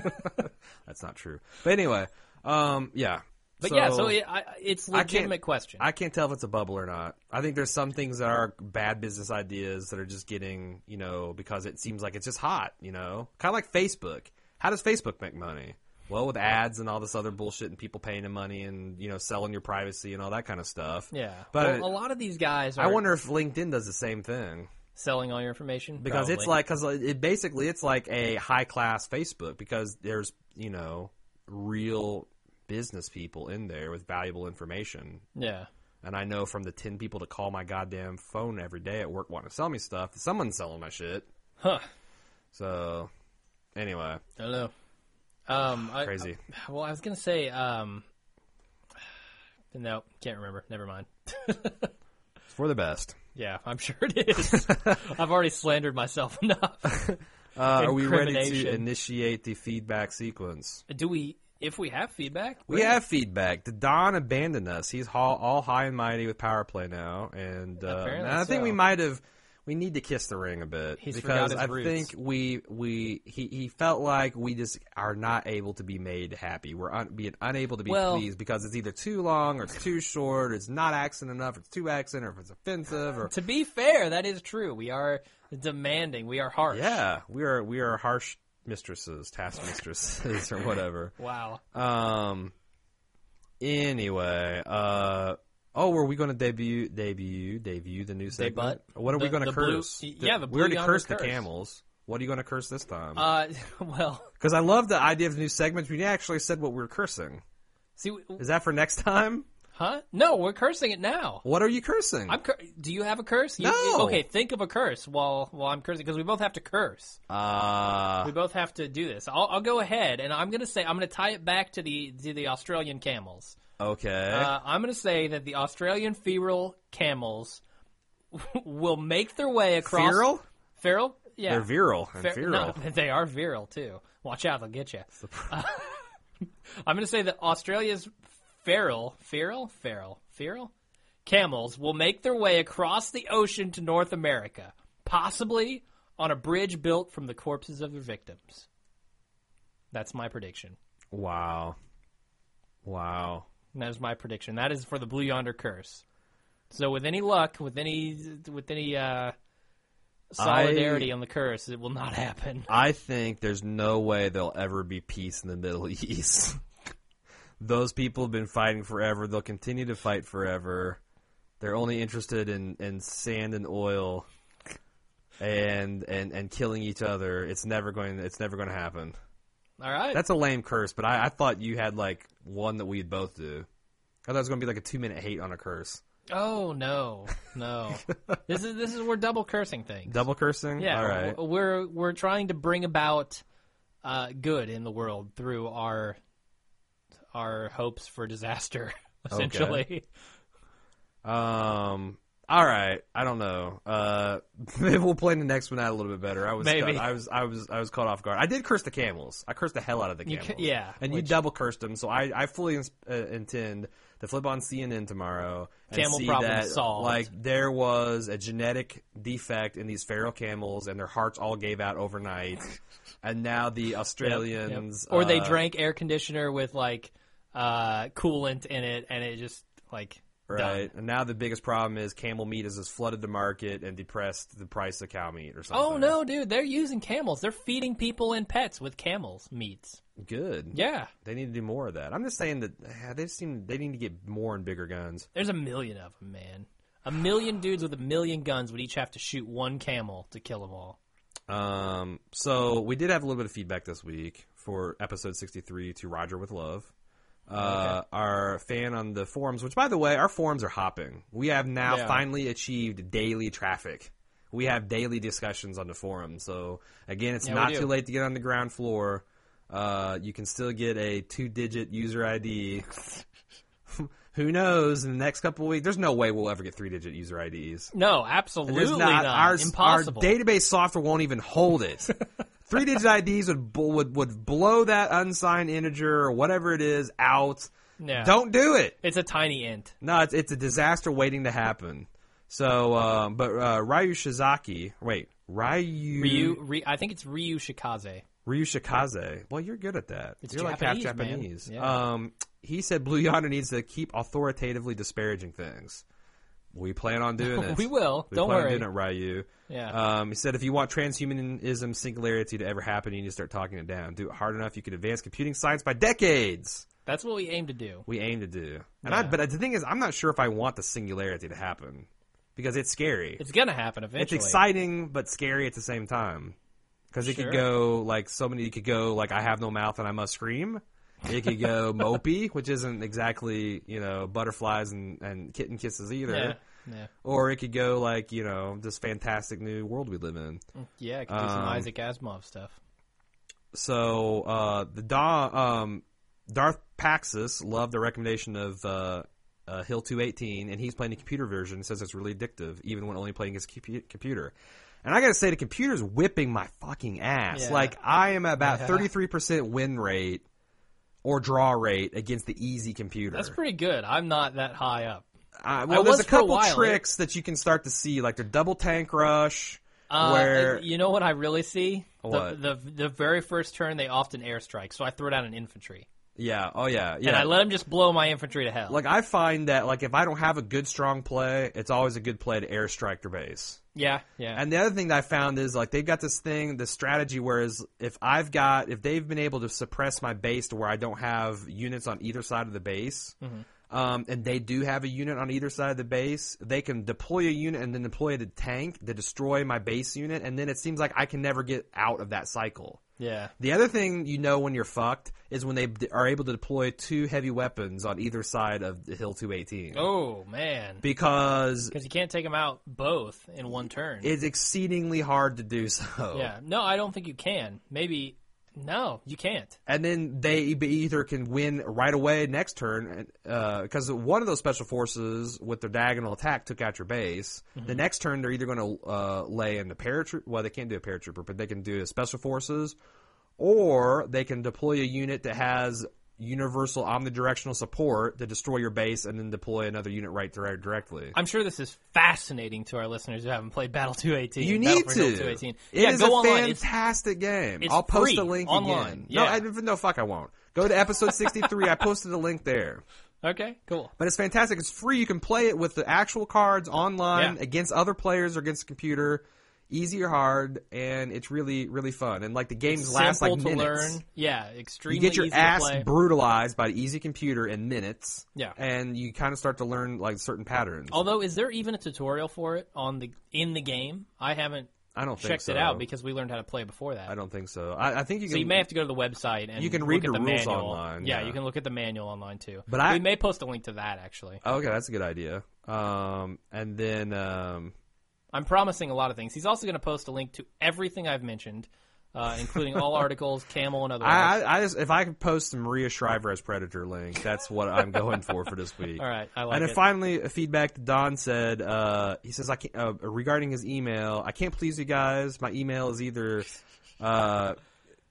Speaker 3: That's not true, but anyway, um, yeah.
Speaker 2: But yeah, so it, I, it's a
Speaker 3: I can't-
Speaker 2: legitimate question.
Speaker 3: I can't tell if it's a bubble or not. I think there's some things that are bad business ideas that are just getting, you know, because it seems like it's just hot, you know? Kind of like Facebook. How does Facebook make money? Well, with ads and all this other bullshit and people paying them money and, you know, selling your privacy and all that kind of stuff.
Speaker 2: yeah,
Speaker 3: But
Speaker 2: well, a lot of these guys are
Speaker 3: I wonder if LinkedIn does the same thing
Speaker 2: selling all your information
Speaker 3: because it's
Speaker 2: Probably.
Speaker 3: like because it basically it's like a high class Facebook because there's you know real business people in there with valuable information
Speaker 2: yeah.
Speaker 3: and I know from the 10 people that call my goddamn phone every day at work wanting to sell me stuff, that someone's selling my shit.
Speaker 2: Huh.
Speaker 3: So, anyway,
Speaker 2: I don't know. Um, I-
Speaker 3: crazy.
Speaker 2: I- well, I was gonna say, um, <sighs> no, can't remember. Never mind.
Speaker 3: It's for the best.
Speaker 2: Yeah, I'm <laughs> sure it is. I've already slandered myself <laughs> enough.
Speaker 3: Uh, are we ready to
Speaker 2: Incrimination.
Speaker 3: initiate the feedback sequence?
Speaker 2: Do we? If we have feedback,
Speaker 3: We have feedback. The Don abandoned us. He's all, all high and mighty with power play now, and uh,
Speaker 2: Apparently
Speaker 3: and I think
Speaker 2: so.
Speaker 3: we might have we need to kiss the ring a bit
Speaker 2: He's forgot
Speaker 3: because
Speaker 2: his
Speaker 3: I
Speaker 2: roots.
Speaker 3: think we we he, he felt like we just are not able to be made happy. We're un, being unable to be
Speaker 2: Well-
Speaker 3: pleased because it's either too long or it's too short. Or it's not accent enough. Or it's too accent or if it's offensive or
Speaker 2: To be fair, that is true. We are demanding. We are harsh.
Speaker 3: yeah, we are we are harsh mistresses, taskmistresses <laughs> or whatever.
Speaker 2: Wow.
Speaker 3: Um. Anyway, uh, oh, were we going to debut, debut, debut the new segment? What are we
Speaker 2: The-
Speaker 3: going
Speaker 2: the
Speaker 3: to
Speaker 2: blue-
Speaker 3: curse?
Speaker 2: y- yeah, the
Speaker 3: we
Speaker 2: blue
Speaker 3: already
Speaker 2: yonder
Speaker 3: cursed the
Speaker 2: curse.
Speaker 3: camels. What are you going to curse this time?
Speaker 2: Uh, <laughs> well,
Speaker 3: Because I love the idea of the new segments. We actually said what we were cursing.
Speaker 2: see, w-
Speaker 3: Is that for next time?
Speaker 2: huh? No, we're cursing it now.
Speaker 3: What are you cursing?
Speaker 2: I'm. Cur- Do you have a curse? You-
Speaker 3: No.
Speaker 2: you- okay, think of a curse while while I'm cursing because we both have to curse.
Speaker 3: uh,
Speaker 2: We both have to do this. I'll, I'll go ahead and I'm gonna say I'm gonna tie it back to the to the Australian camels.
Speaker 3: okay.
Speaker 2: Uh, I'm gonna say that the Australian feral camels <laughs> will make their way across
Speaker 3: Feral?
Speaker 2: Feral? Yeah,
Speaker 3: They're virile and
Speaker 2: Fer-
Speaker 3: feral.
Speaker 2: No, <laughs> they are virile too. Watch out, they'll get you. <laughs> I'm going to say that Australia's feral, feral, feral, feral camels will make their way across the ocean to North America, possibly on a bridge built from the corpses of their victims. That's my prediction.
Speaker 3: Wow. Wow.
Speaker 2: That is my prediction. That is for the Blue Yonder curse. So with any luck, with any with any uh, solidarity on the curse, it will not happen. <laughs>
Speaker 3: I think there's no way there'll ever be peace in the Middle <laughs> East. Those people have been fighting forever. They'll continue to fight forever. They're only interested in, in sand and oil and, and and killing each other. It's never going it's never going to happen.
Speaker 2: All right.
Speaker 3: That's a lame curse, but I, I thought you had like one that we'd both do. I thought it was going to be like a 2-minute hate on a curse.
Speaker 2: Oh no,
Speaker 3: <laughs>
Speaker 2: no! this is this is we're double cursing things.
Speaker 3: Double cursing?
Speaker 2: yeah,
Speaker 3: All right.
Speaker 2: w- we're we're trying to bring about uh, good in the world through our our hopes for disaster, <laughs> essentially.
Speaker 3: Um. All right. I don't know. Uh, <laughs> maybe we'll plan the next one out a little bit better. I was
Speaker 2: Maybe.
Speaker 3: Caught, I was I was I was caught off guard. I did curse the camels. I cursed the hell out of the
Speaker 2: You
Speaker 3: camels.
Speaker 2: ca- yeah,
Speaker 3: And
Speaker 2: which-
Speaker 3: you double cursed them. So I I fully ins- uh, intend to flip on CNN tomorrow and
Speaker 2: Camel
Speaker 3: see
Speaker 2: problem
Speaker 3: that
Speaker 2: solved.
Speaker 3: like there was a genetic defect in these feral camels and their hearts all gave
Speaker 2: <laughs>
Speaker 3: out overnight. And now the
Speaker 2: Yep.
Speaker 3: Australians,
Speaker 2: Or they
Speaker 3: uh,
Speaker 2: drank air conditioner with like uh, coolant in it, and it just like
Speaker 3: right.
Speaker 2: done.
Speaker 3: And now the biggest problem is camel meat has just flooded the market and depressed the price of cow meat or something.
Speaker 2: Oh no, dude! They're using camels. They're feeding people and pets with camels meats.
Speaker 3: Good.
Speaker 2: Yeah,
Speaker 3: They need to do more of that. I'm just saying that ah, they seem they need to get more and bigger guns.
Speaker 2: There's a million of them, man. A million dudes with a million guns would each have to shoot one camel to kill them all.
Speaker 3: Um, so we did have a little bit of feedback this week for episode 63 to Roger with Love. Uh, Our fan on the forums, which by the way, our forums are hopping. We have now
Speaker 2: Yeah.
Speaker 3: finally achieved daily traffic. We have daily discussions on the forum. So again, it's
Speaker 2: Yeah, we
Speaker 3: not
Speaker 2: do.
Speaker 3: too late to get on the ground floor. Uh, you can still get a two-digit user ID. <laughs> Who knows? In the next couple of weeks, there's no way we'll ever get three-digit user IDs.
Speaker 2: No, absolutely
Speaker 3: There's
Speaker 2: not.
Speaker 3: Our,
Speaker 2: Impossible.
Speaker 3: our database software won't even
Speaker 2: <laughs>
Speaker 3: hold it. Three digit IDs would, bl- would would blow that unsigned integer or whatever it is out.
Speaker 2: Yeah.
Speaker 3: Don't do it.
Speaker 2: It's a tiny int.
Speaker 3: No, it's, it's a disaster waiting to happen. So, um, but uh, Ryu Shizaki, wait, Ryu
Speaker 2: Ryu, Ry- I think it's Ryu Shikaze.
Speaker 3: Ryu Shikaze. Well, you're good at that.
Speaker 2: It's
Speaker 3: you're like half
Speaker 2: Japanese, man.
Speaker 3: Japanese.
Speaker 2: Yeah.
Speaker 3: Um, he said Blue Yonder needs to keep authoritatively disparaging things. We plan on doing
Speaker 2: <laughs>
Speaker 3: it.
Speaker 2: We will.
Speaker 3: We
Speaker 2: Don't
Speaker 3: plan
Speaker 2: worry.
Speaker 3: on doing it, Ryu.
Speaker 2: Yeah.
Speaker 3: Um, he said, if you want transhumanism singularity to ever happen, you need to start talking it down. Do it hard enough, you could advance computing science by decades.
Speaker 2: That's what we aim to do.
Speaker 3: We aim to do. And I, but the thing is, I'm not sure if I want the singularity to happen because it's scary.
Speaker 2: It's gonna happen
Speaker 3: It's
Speaker 2: eventually.
Speaker 3: exciting but scary at the same time because it
Speaker 2: Sure.
Speaker 3: could go like so many. It could go like I have no mouth and I must scream. It could
Speaker 2: <laughs>
Speaker 3: go mopey, which isn't exactly you know butterflies and, and kitten kisses either.
Speaker 2: Yeah. Yeah.
Speaker 3: Or it could go like you know this fantastic new world we live in.
Speaker 2: Yeah. I could do some
Speaker 3: Um,
Speaker 2: Isaac Asimov stuff.
Speaker 3: So uh, the da, um, Darth Paxis loved the recommendation of uh, uh, Hill 218, and he's playing the computer version. Says it's really addictive, even when only playing his compu- computer. And I gotta say, the computer's whipping my fucking ass.
Speaker 2: Yeah.
Speaker 3: Like I
Speaker 2: <laughs>
Speaker 3: am about 33% win rate or draw rate against the easy computer.
Speaker 2: That's pretty good. I'm not that high up.
Speaker 3: Uh, well,
Speaker 2: I
Speaker 3: there's
Speaker 2: was
Speaker 3: a
Speaker 2: for a
Speaker 3: couple
Speaker 2: while,
Speaker 3: tricks that you can start to see, like the double tank rush,
Speaker 2: Uh,
Speaker 3: where
Speaker 2: you know what I really see?
Speaker 3: What?
Speaker 2: The, the the very first turn they often airstrike, so I throw down an infantry
Speaker 3: yeah, oh yeah, yeah.
Speaker 2: and I let them just blow my infantry to hell.
Speaker 3: like I find that like if I don't have a good strong play, it's always a good play to airstrike their base.
Speaker 2: yeah, yeah,
Speaker 3: And the other thing that I found is like they've got this thing, this strategy, whereas if I've got if they've been able to suppress my base to where I don't have units on either side of the base, um, and they do have a unit on either side of the base, they can deploy a unit and then deploy the tank to destroy my base unit, and then it seems like I can never get out of that cycle.
Speaker 2: yeah.
Speaker 3: The other thing you know when you're fucked is when they d- are able to deploy two heavy weapons on either side of the Hill 218.
Speaker 2: Oh man,
Speaker 3: Because
Speaker 2: because you can't take them out both in one turn.
Speaker 3: it's exceedingly hard to do so.
Speaker 2: yeah, no, I don't think you can. Maybe no, you can't.
Speaker 3: And then they e- either can win right away next turn, because one of those special forces with their diagonal attack took out your base. The next turn, they're either going to uh, lay in the paratrooper. Well, they can't do a paratrooper, but they can do a special forces, or they can deploy a unit that has universal omnidirectional support to destroy your base and then deploy another unit right there directly.
Speaker 2: I'm sure this is fascinating to our listeners who haven't played Battle 218.
Speaker 3: You need
Speaker 2: Battlefield
Speaker 3: to.
Speaker 2: 218.
Speaker 3: It
Speaker 2: yeah,
Speaker 3: is
Speaker 2: go
Speaker 3: a
Speaker 2: online. It's-
Speaker 3: fantastic game.
Speaker 2: it's
Speaker 3: I'll post
Speaker 2: free
Speaker 3: a link
Speaker 2: online.
Speaker 3: again. No,
Speaker 2: Yeah.
Speaker 3: I, even though fuck, I won't. Go to episode sixty-three. I posted a link there,
Speaker 2: okay, cool.
Speaker 3: but it's fantastic. It's free. You can play it with the actual cards online
Speaker 2: Yeah.
Speaker 3: against other players or against the computer, easy or hard, and it's really really fun. And like the games last like
Speaker 2: Simple to
Speaker 3: minutes.
Speaker 2: learn. Yeah, extremely
Speaker 3: You get your
Speaker 2: easy to
Speaker 3: ass
Speaker 2: play.
Speaker 3: brutalized by the easy computer in minutes.
Speaker 2: Yeah.
Speaker 3: and you kind of start to learn like certain patterns.
Speaker 2: Although, is there even a tutorial for it on the in the game? I haven't
Speaker 3: I don't think
Speaker 2: checked
Speaker 3: so.
Speaker 2: it out because we learned how to play before that.
Speaker 3: I don't think so. I, I think you can.
Speaker 2: so you may have to go to the website and
Speaker 3: You can
Speaker 2: look
Speaker 3: read
Speaker 2: at the
Speaker 3: the rules
Speaker 2: manual.
Speaker 3: online,
Speaker 2: Yeah,
Speaker 3: yeah.
Speaker 2: you can look at the manual online too.
Speaker 3: But I-
Speaker 2: we may post a link to that actually.
Speaker 3: Okay, that's a good idea. Um, and then um,
Speaker 2: I'm promising a lot of things. He's also going to post a link to everything I've mentioned, uh, including
Speaker 3: <laughs>
Speaker 2: all articles, Camel and otherwise.
Speaker 3: I, I, I just if I could post some Maria Shriver as Predator link, that's what I'm going for for this
Speaker 2: <laughs>
Speaker 3: week.
Speaker 2: All right, I like
Speaker 3: and then
Speaker 2: it.
Speaker 3: finally, a feedback to Don said uh, he says I can't, uh, regarding his email, I can't please you guys. My email is either. Uh,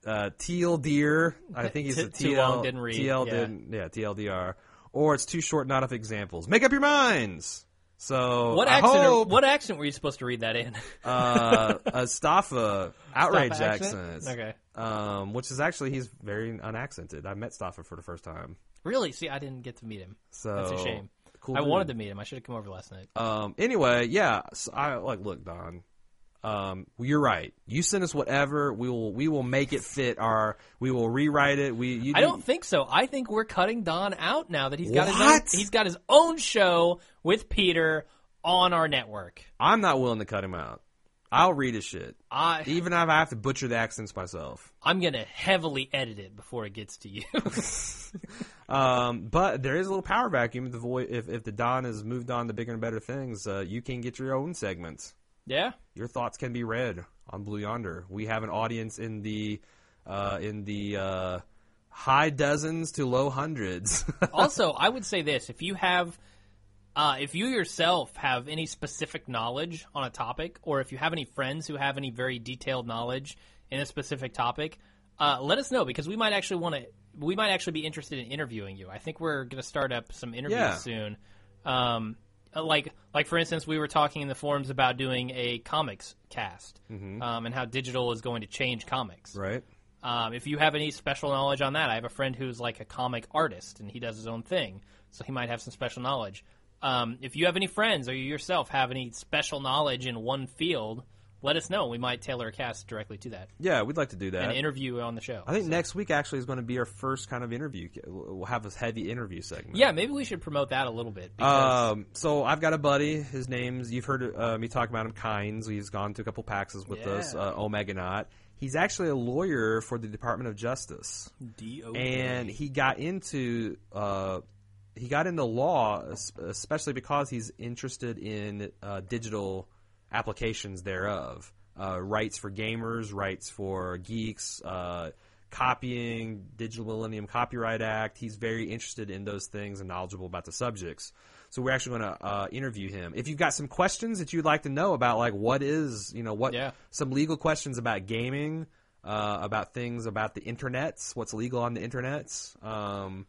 Speaker 3: uh, teal deer. I
Speaker 2: <laughs>
Speaker 3: think he's
Speaker 2: Too-
Speaker 3: a TL.
Speaker 2: too long, didn't read,
Speaker 3: TL
Speaker 2: yeah.
Speaker 3: didn't. Yeah, TLDR. Or it's too short. Not enough examples. Make up your minds. So
Speaker 2: What
Speaker 3: I
Speaker 2: accent? Are,
Speaker 3: hope-
Speaker 2: what accent were you supposed to read that
Speaker 3: <laughs>
Speaker 2: in?
Speaker 3: uh, Staffa outrage
Speaker 2: Staffa <laughs> accent?
Speaker 3: accents.
Speaker 2: Okay.
Speaker 3: Um, which is actually he's very unaccented. I met Staffa for the first time,
Speaker 2: really? See, I didn't get to meet him.
Speaker 3: so
Speaker 2: That's a shame.
Speaker 3: Oh, Cool.
Speaker 2: I
Speaker 3: dude.
Speaker 2: wanted to meet him. I should have come over last night.
Speaker 3: Um. Anyway, yeah. So I like look, Don. Um, you're right. You send us whatever. We will. We will make it fit. Our. We will rewrite it. We. You
Speaker 2: I
Speaker 3: do-
Speaker 2: don't think so. I think we're cutting Don out now that he's got his own,
Speaker 3: What?
Speaker 2: he's got his own show with Peter on our network.
Speaker 3: I'm not willing to cut him out. I'll read his shit,
Speaker 2: I
Speaker 3: even if I have to butcher the accents myself.
Speaker 2: I'm gonna heavily edit it before it gets to you. <laughs>
Speaker 3: Um, but there is a little power vacuum. If the void, if, if the Don has moved on to bigger and better things, uh, you can get your own segments.
Speaker 2: yeah.
Speaker 3: Your thoughts can be read on Blue Yonder. We have an audience in the uh, in the uh, high dozens to low hundreds. <laughs>
Speaker 2: also, I would say this: if you have, uh, if you yourself have any specific knowledge on a topic, or if you have any friends who have any very detailed knowledge in a specific topic, uh, let us know because we might actually want to. We might actually be interested in interviewing you. I think we're going to start up some interviews
Speaker 3: Yeah.
Speaker 2: soon. Um, uh, like, like for instance, we were talking in the forums about doing a comics cast um, and how digital is going to change comics.
Speaker 3: right.
Speaker 2: Um, if you have any special knowledge on that, I have a friend who's like a comic artist and he does his own thing, so he might have some special knowledge. Um, if you have any friends or you yourself have any special knowledge in one field, let us know. We might tailor a cast directly to that
Speaker 3: Yeah, we'd like to do
Speaker 2: and
Speaker 3: that.
Speaker 2: interview on the show.
Speaker 3: I think next week actually is going to be our first kind of interview. We'll have a heavy interview segment.
Speaker 2: yeah, maybe we should promote that a little bit. Because,
Speaker 3: Um, so I've got a buddy. His name's you've heard uh, me talk about him. Kynes. He's gone to a couple PAXs with
Speaker 2: Yeah.
Speaker 3: us. Uh, Omega Knot. He's actually a lawyer for the Department of Justice,
Speaker 2: D.O.
Speaker 3: Uh, and he got into uh, he got into law, es- especially because he's interested in uh, digital applications thereof. Uh, rights for gamers, rights for geeks, uh, copying, Digital Millennium Copyright Act. He's very interested in those things and knowledgeable about the subjects. So we're actually going to uh, interview him. If you've got some questions that you'd like to know about, like what is, you know, what
Speaker 2: Yeah.
Speaker 3: some legal questions about gaming, uh, about things about the internets, what's legal on the internets. Um,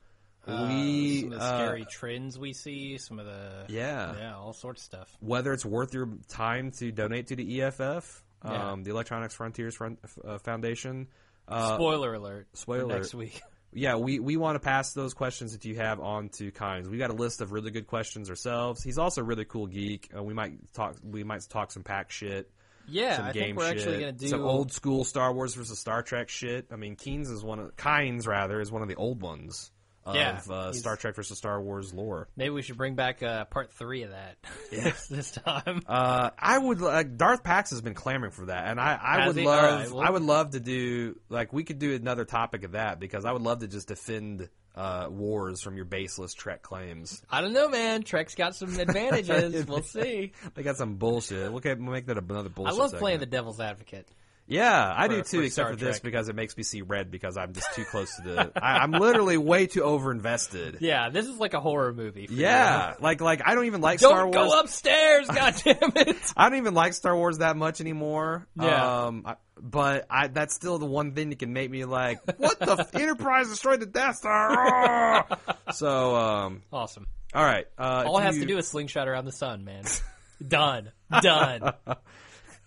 Speaker 2: Ah,
Speaker 3: we
Speaker 2: some of the
Speaker 3: uh,
Speaker 2: scary trends we see, some of the
Speaker 3: Yeah.
Speaker 2: yeah, all sorts of stuff.
Speaker 3: whether it's worth your time to donate to the EFF, um,
Speaker 2: Yeah.
Speaker 3: the Electronics Frontiers Front, uh, Foundation. Uh,
Speaker 2: spoiler alert! for
Speaker 3: spoiler alert.
Speaker 2: next week. <laughs>
Speaker 3: yeah, we, we want to pass those questions that you have on to Kynes. We got a list of really good questions ourselves. He's also a really cool geek. Uh, we might talk we might talk some pack shit,
Speaker 2: Yeah,
Speaker 3: some
Speaker 2: I
Speaker 3: game
Speaker 2: think we're
Speaker 3: shit,
Speaker 2: actually gonna do
Speaker 3: some old school Star Wars versus Star Trek shit. I mean, Keens is one of Kynes rather is one of the old ones of
Speaker 2: Yeah,
Speaker 3: uh,
Speaker 2: he's-
Speaker 3: Star Trek versus Star Wars lore.
Speaker 2: Maybe we should bring back uh, part three of that <laughs> this, this time.
Speaker 3: Uh, I would like Darth Pax has been clamoring for that, and I, I
Speaker 2: Has
Speaker 3: would
Speaker 2: he?
Speaker 3: love
Speaker 2: Alright, well-
Speaker 3: I would love to do like we could do another topic of that because I would love to just defend uh, wars from your baseless Trek claims.
Speaker 2: I don't know, man. Trek's got some
Speaker 3: <laughs>
Speaker 2: advantages. we'll see.
Speaker 3: They got some bullshit. We'll, get, we'll make that another
Speaker 2: I
Speaker 3: bullshit.
Speaker 2: love
Speaker 3: segment.
Speaker 2: playing the devil's advocate.
Speaker 3: Yeah, I do
Speaker 2: for-
Speaker 3: too,
Speaker 2: for
Speaker 3: except
Speaker 2: Star
Speaker 3: for this
Speaker 2: Trek.
Speaker 3: because it makes me see red because I'm just too close to
Speaker 2: <laughs>
Speaker 3: the. I, I'm literally way too overinvested.
Speaker 2: Yeah, this is like a horror movie. for
Speaker 3: Yeah, like like I don't even like
Speaker 2: you. Don't
Speaker 3: Star Wars.
Speaker 2: go upstairs,
Speaker 3: <laughs>
Speaker 2: goddamn it!
Speaker 3: I don't even like Star Wars that much anymore.
Speaker 2: Yeah.
Speaker 3: Um, I- but I, that's still the one thing that can make me like, what the
Speaker 2: <laughs>
Speaker 3: f- Enterprise destroyed the Death Star. <laughs> Ah! so, um,
Speaker 2: Awesome.
Speaker 3: all right. Uh,
Speaker 2: All
Speaker 3: if
Speaker 2: it has
Speaker 3: you-
Speaker 2: to do is slingshot around the sun, man. Done. Done.
Speaker 3: <laughs>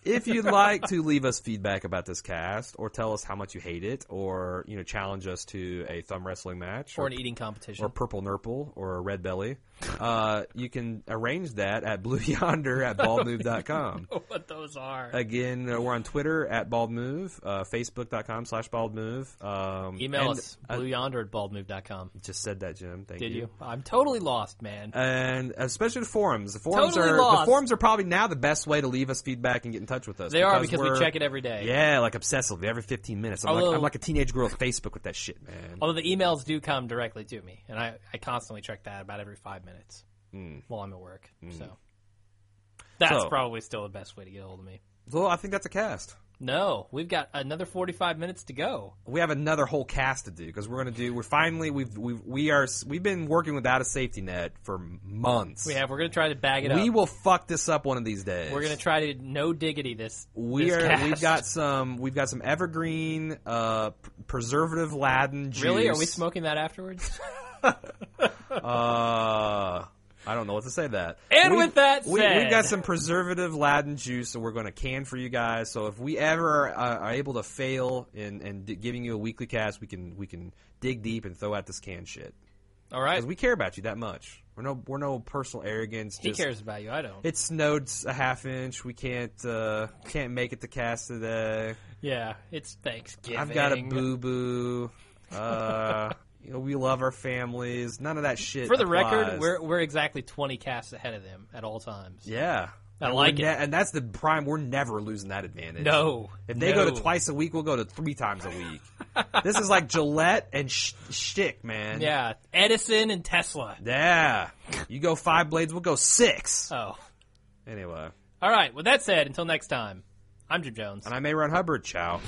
Speaker 3: if you'd like to leave us feedback about this cast, or tell us how much you hate it, or you know, challenge us to a thumb wrestling match,
Speaker 2: or an eating competition.
Speaker 3: or purple nurple or a red belly, uh, you can arrange that at blue <laughs> yonder at baldmove.com.
Speaker 2: <laughs> what those are.
Speaker 3: Again, uh, we're on Twitter at baldmove, uh, facebook.com slash baldmove. Um,
Speaker 2: Email
Speaker 3: and-
Speaker 2: us, blue yonder at baldmove.com.
Speaker 3: Just said that, Jim. Thank
Speaker 2: Did
Speaker 3: you.
Speaker 2: you? I'm totally lost,
Speaker 3: Uh,
Speaker 2: man.
Speaker 3: And especially the forums. The forums
Speaker 2: Totally
Speaker 3: are
Speaker 2: lost.
Speaker 3: the forums are probably now the best way to leave us feedback and get in touch with us.
Speaker 2: They are because
Speaker 3: we're-
Speaker 2: we check it every day.
Speaker 3: Yeah, like obsessively every 15 minutes. I'm, like,
Speaker 2: Although-
Speaker 3: I'm like a teenage girl on Facebook with that shit, man.
Speaker 2: Although the emails do come directly to me, and I, I constantly check that about every five minutes while I'm at work. So that's
Speaker 3: Hmm. So-
Speaker 2: probably still the best way to get a hold of me.
Speaker 3: Well, I think that's a cast.
Speaker 2: No, we've got another 45 minutes to go.
Speaker 3: we have another whole cast to do because we're going to do. We're finally we've we've we are we've been working without a safety net for months.
Speaker 2: We have. We're gonna try to bag it
Speaker 3: We
Speaker 2: up.
Speaker 3: will fuck this up one of these days.
Speaker 2: We're gonna try to no diggity this.
Speaker 3: We
Speaker 2: this
Speaker 3: are.
Speaker 2: cast.
Speaker 3: We've got some. We've got some evergreen, uh, preservative laden juice.
Speaker 2: <laughs> Really? Are we smoking that
Speaker 3: <laughs>
Speaker 2: afterwards?
Speaker 3: Uh, I don't know what to say to that.
Speaker 2: And
Speaker 3: We've-
Speaker 2: with that
Speaker 3: we,
Speaker 2: said-
Speaker 3: we've got some preservative laden juice that we're going to can for you guys. So if we ever uh, are able to fail in and d- giving you a weekly cast, we can we can dig deep and throw out this can shit.
Speaker 2: All right.
Speaker 3: because we care about you that much. We're no, we're no personal arrogance.
Speaker 2: he
Speaker 3: just-
Speaker 2: cares about you. I don't.
Speaker 3: It snowed a half inch. We can't uh, can't make it to cast today.
Speaker 2: yeah. It's Thanksgiving.
Speaker 3: I've got a boo boo. Uh, <laughs> you know, we love our families. None of that shit.
Speaker 2: For the record,
Speaker 3: applies.
Speaker 2: we're we're exactly 20 casts ahead of them at all times.
Speaker 3: yeah.
Speaker 2: I
Speaker 3: And
Speaker 2: like
Speaker 3: we're
Speaker 2: it.
Speaker 3: ne- and that's the prime. We're never losing that advantage.
Speaker 2: No.
Speaker 3: If they go
Speaker 2: No.
Speaker 3: to twice a week, we'll go to three times a week.
Speaker 2: <laughs>
Speaker 3: this is like Gillette and sh- shtick, man.
Speaker 2: Yeah. Edison and Tesla.
Speaker 3: Yeah. You go five blades, we'll go six.
Speaker 2: Oh.
Speaker 3: Anyway.
Speaker 2: All right. With that said, until next time, I'm Jim Jones.
Speaker 3: And I'm Aaron Hubbard. Ciao.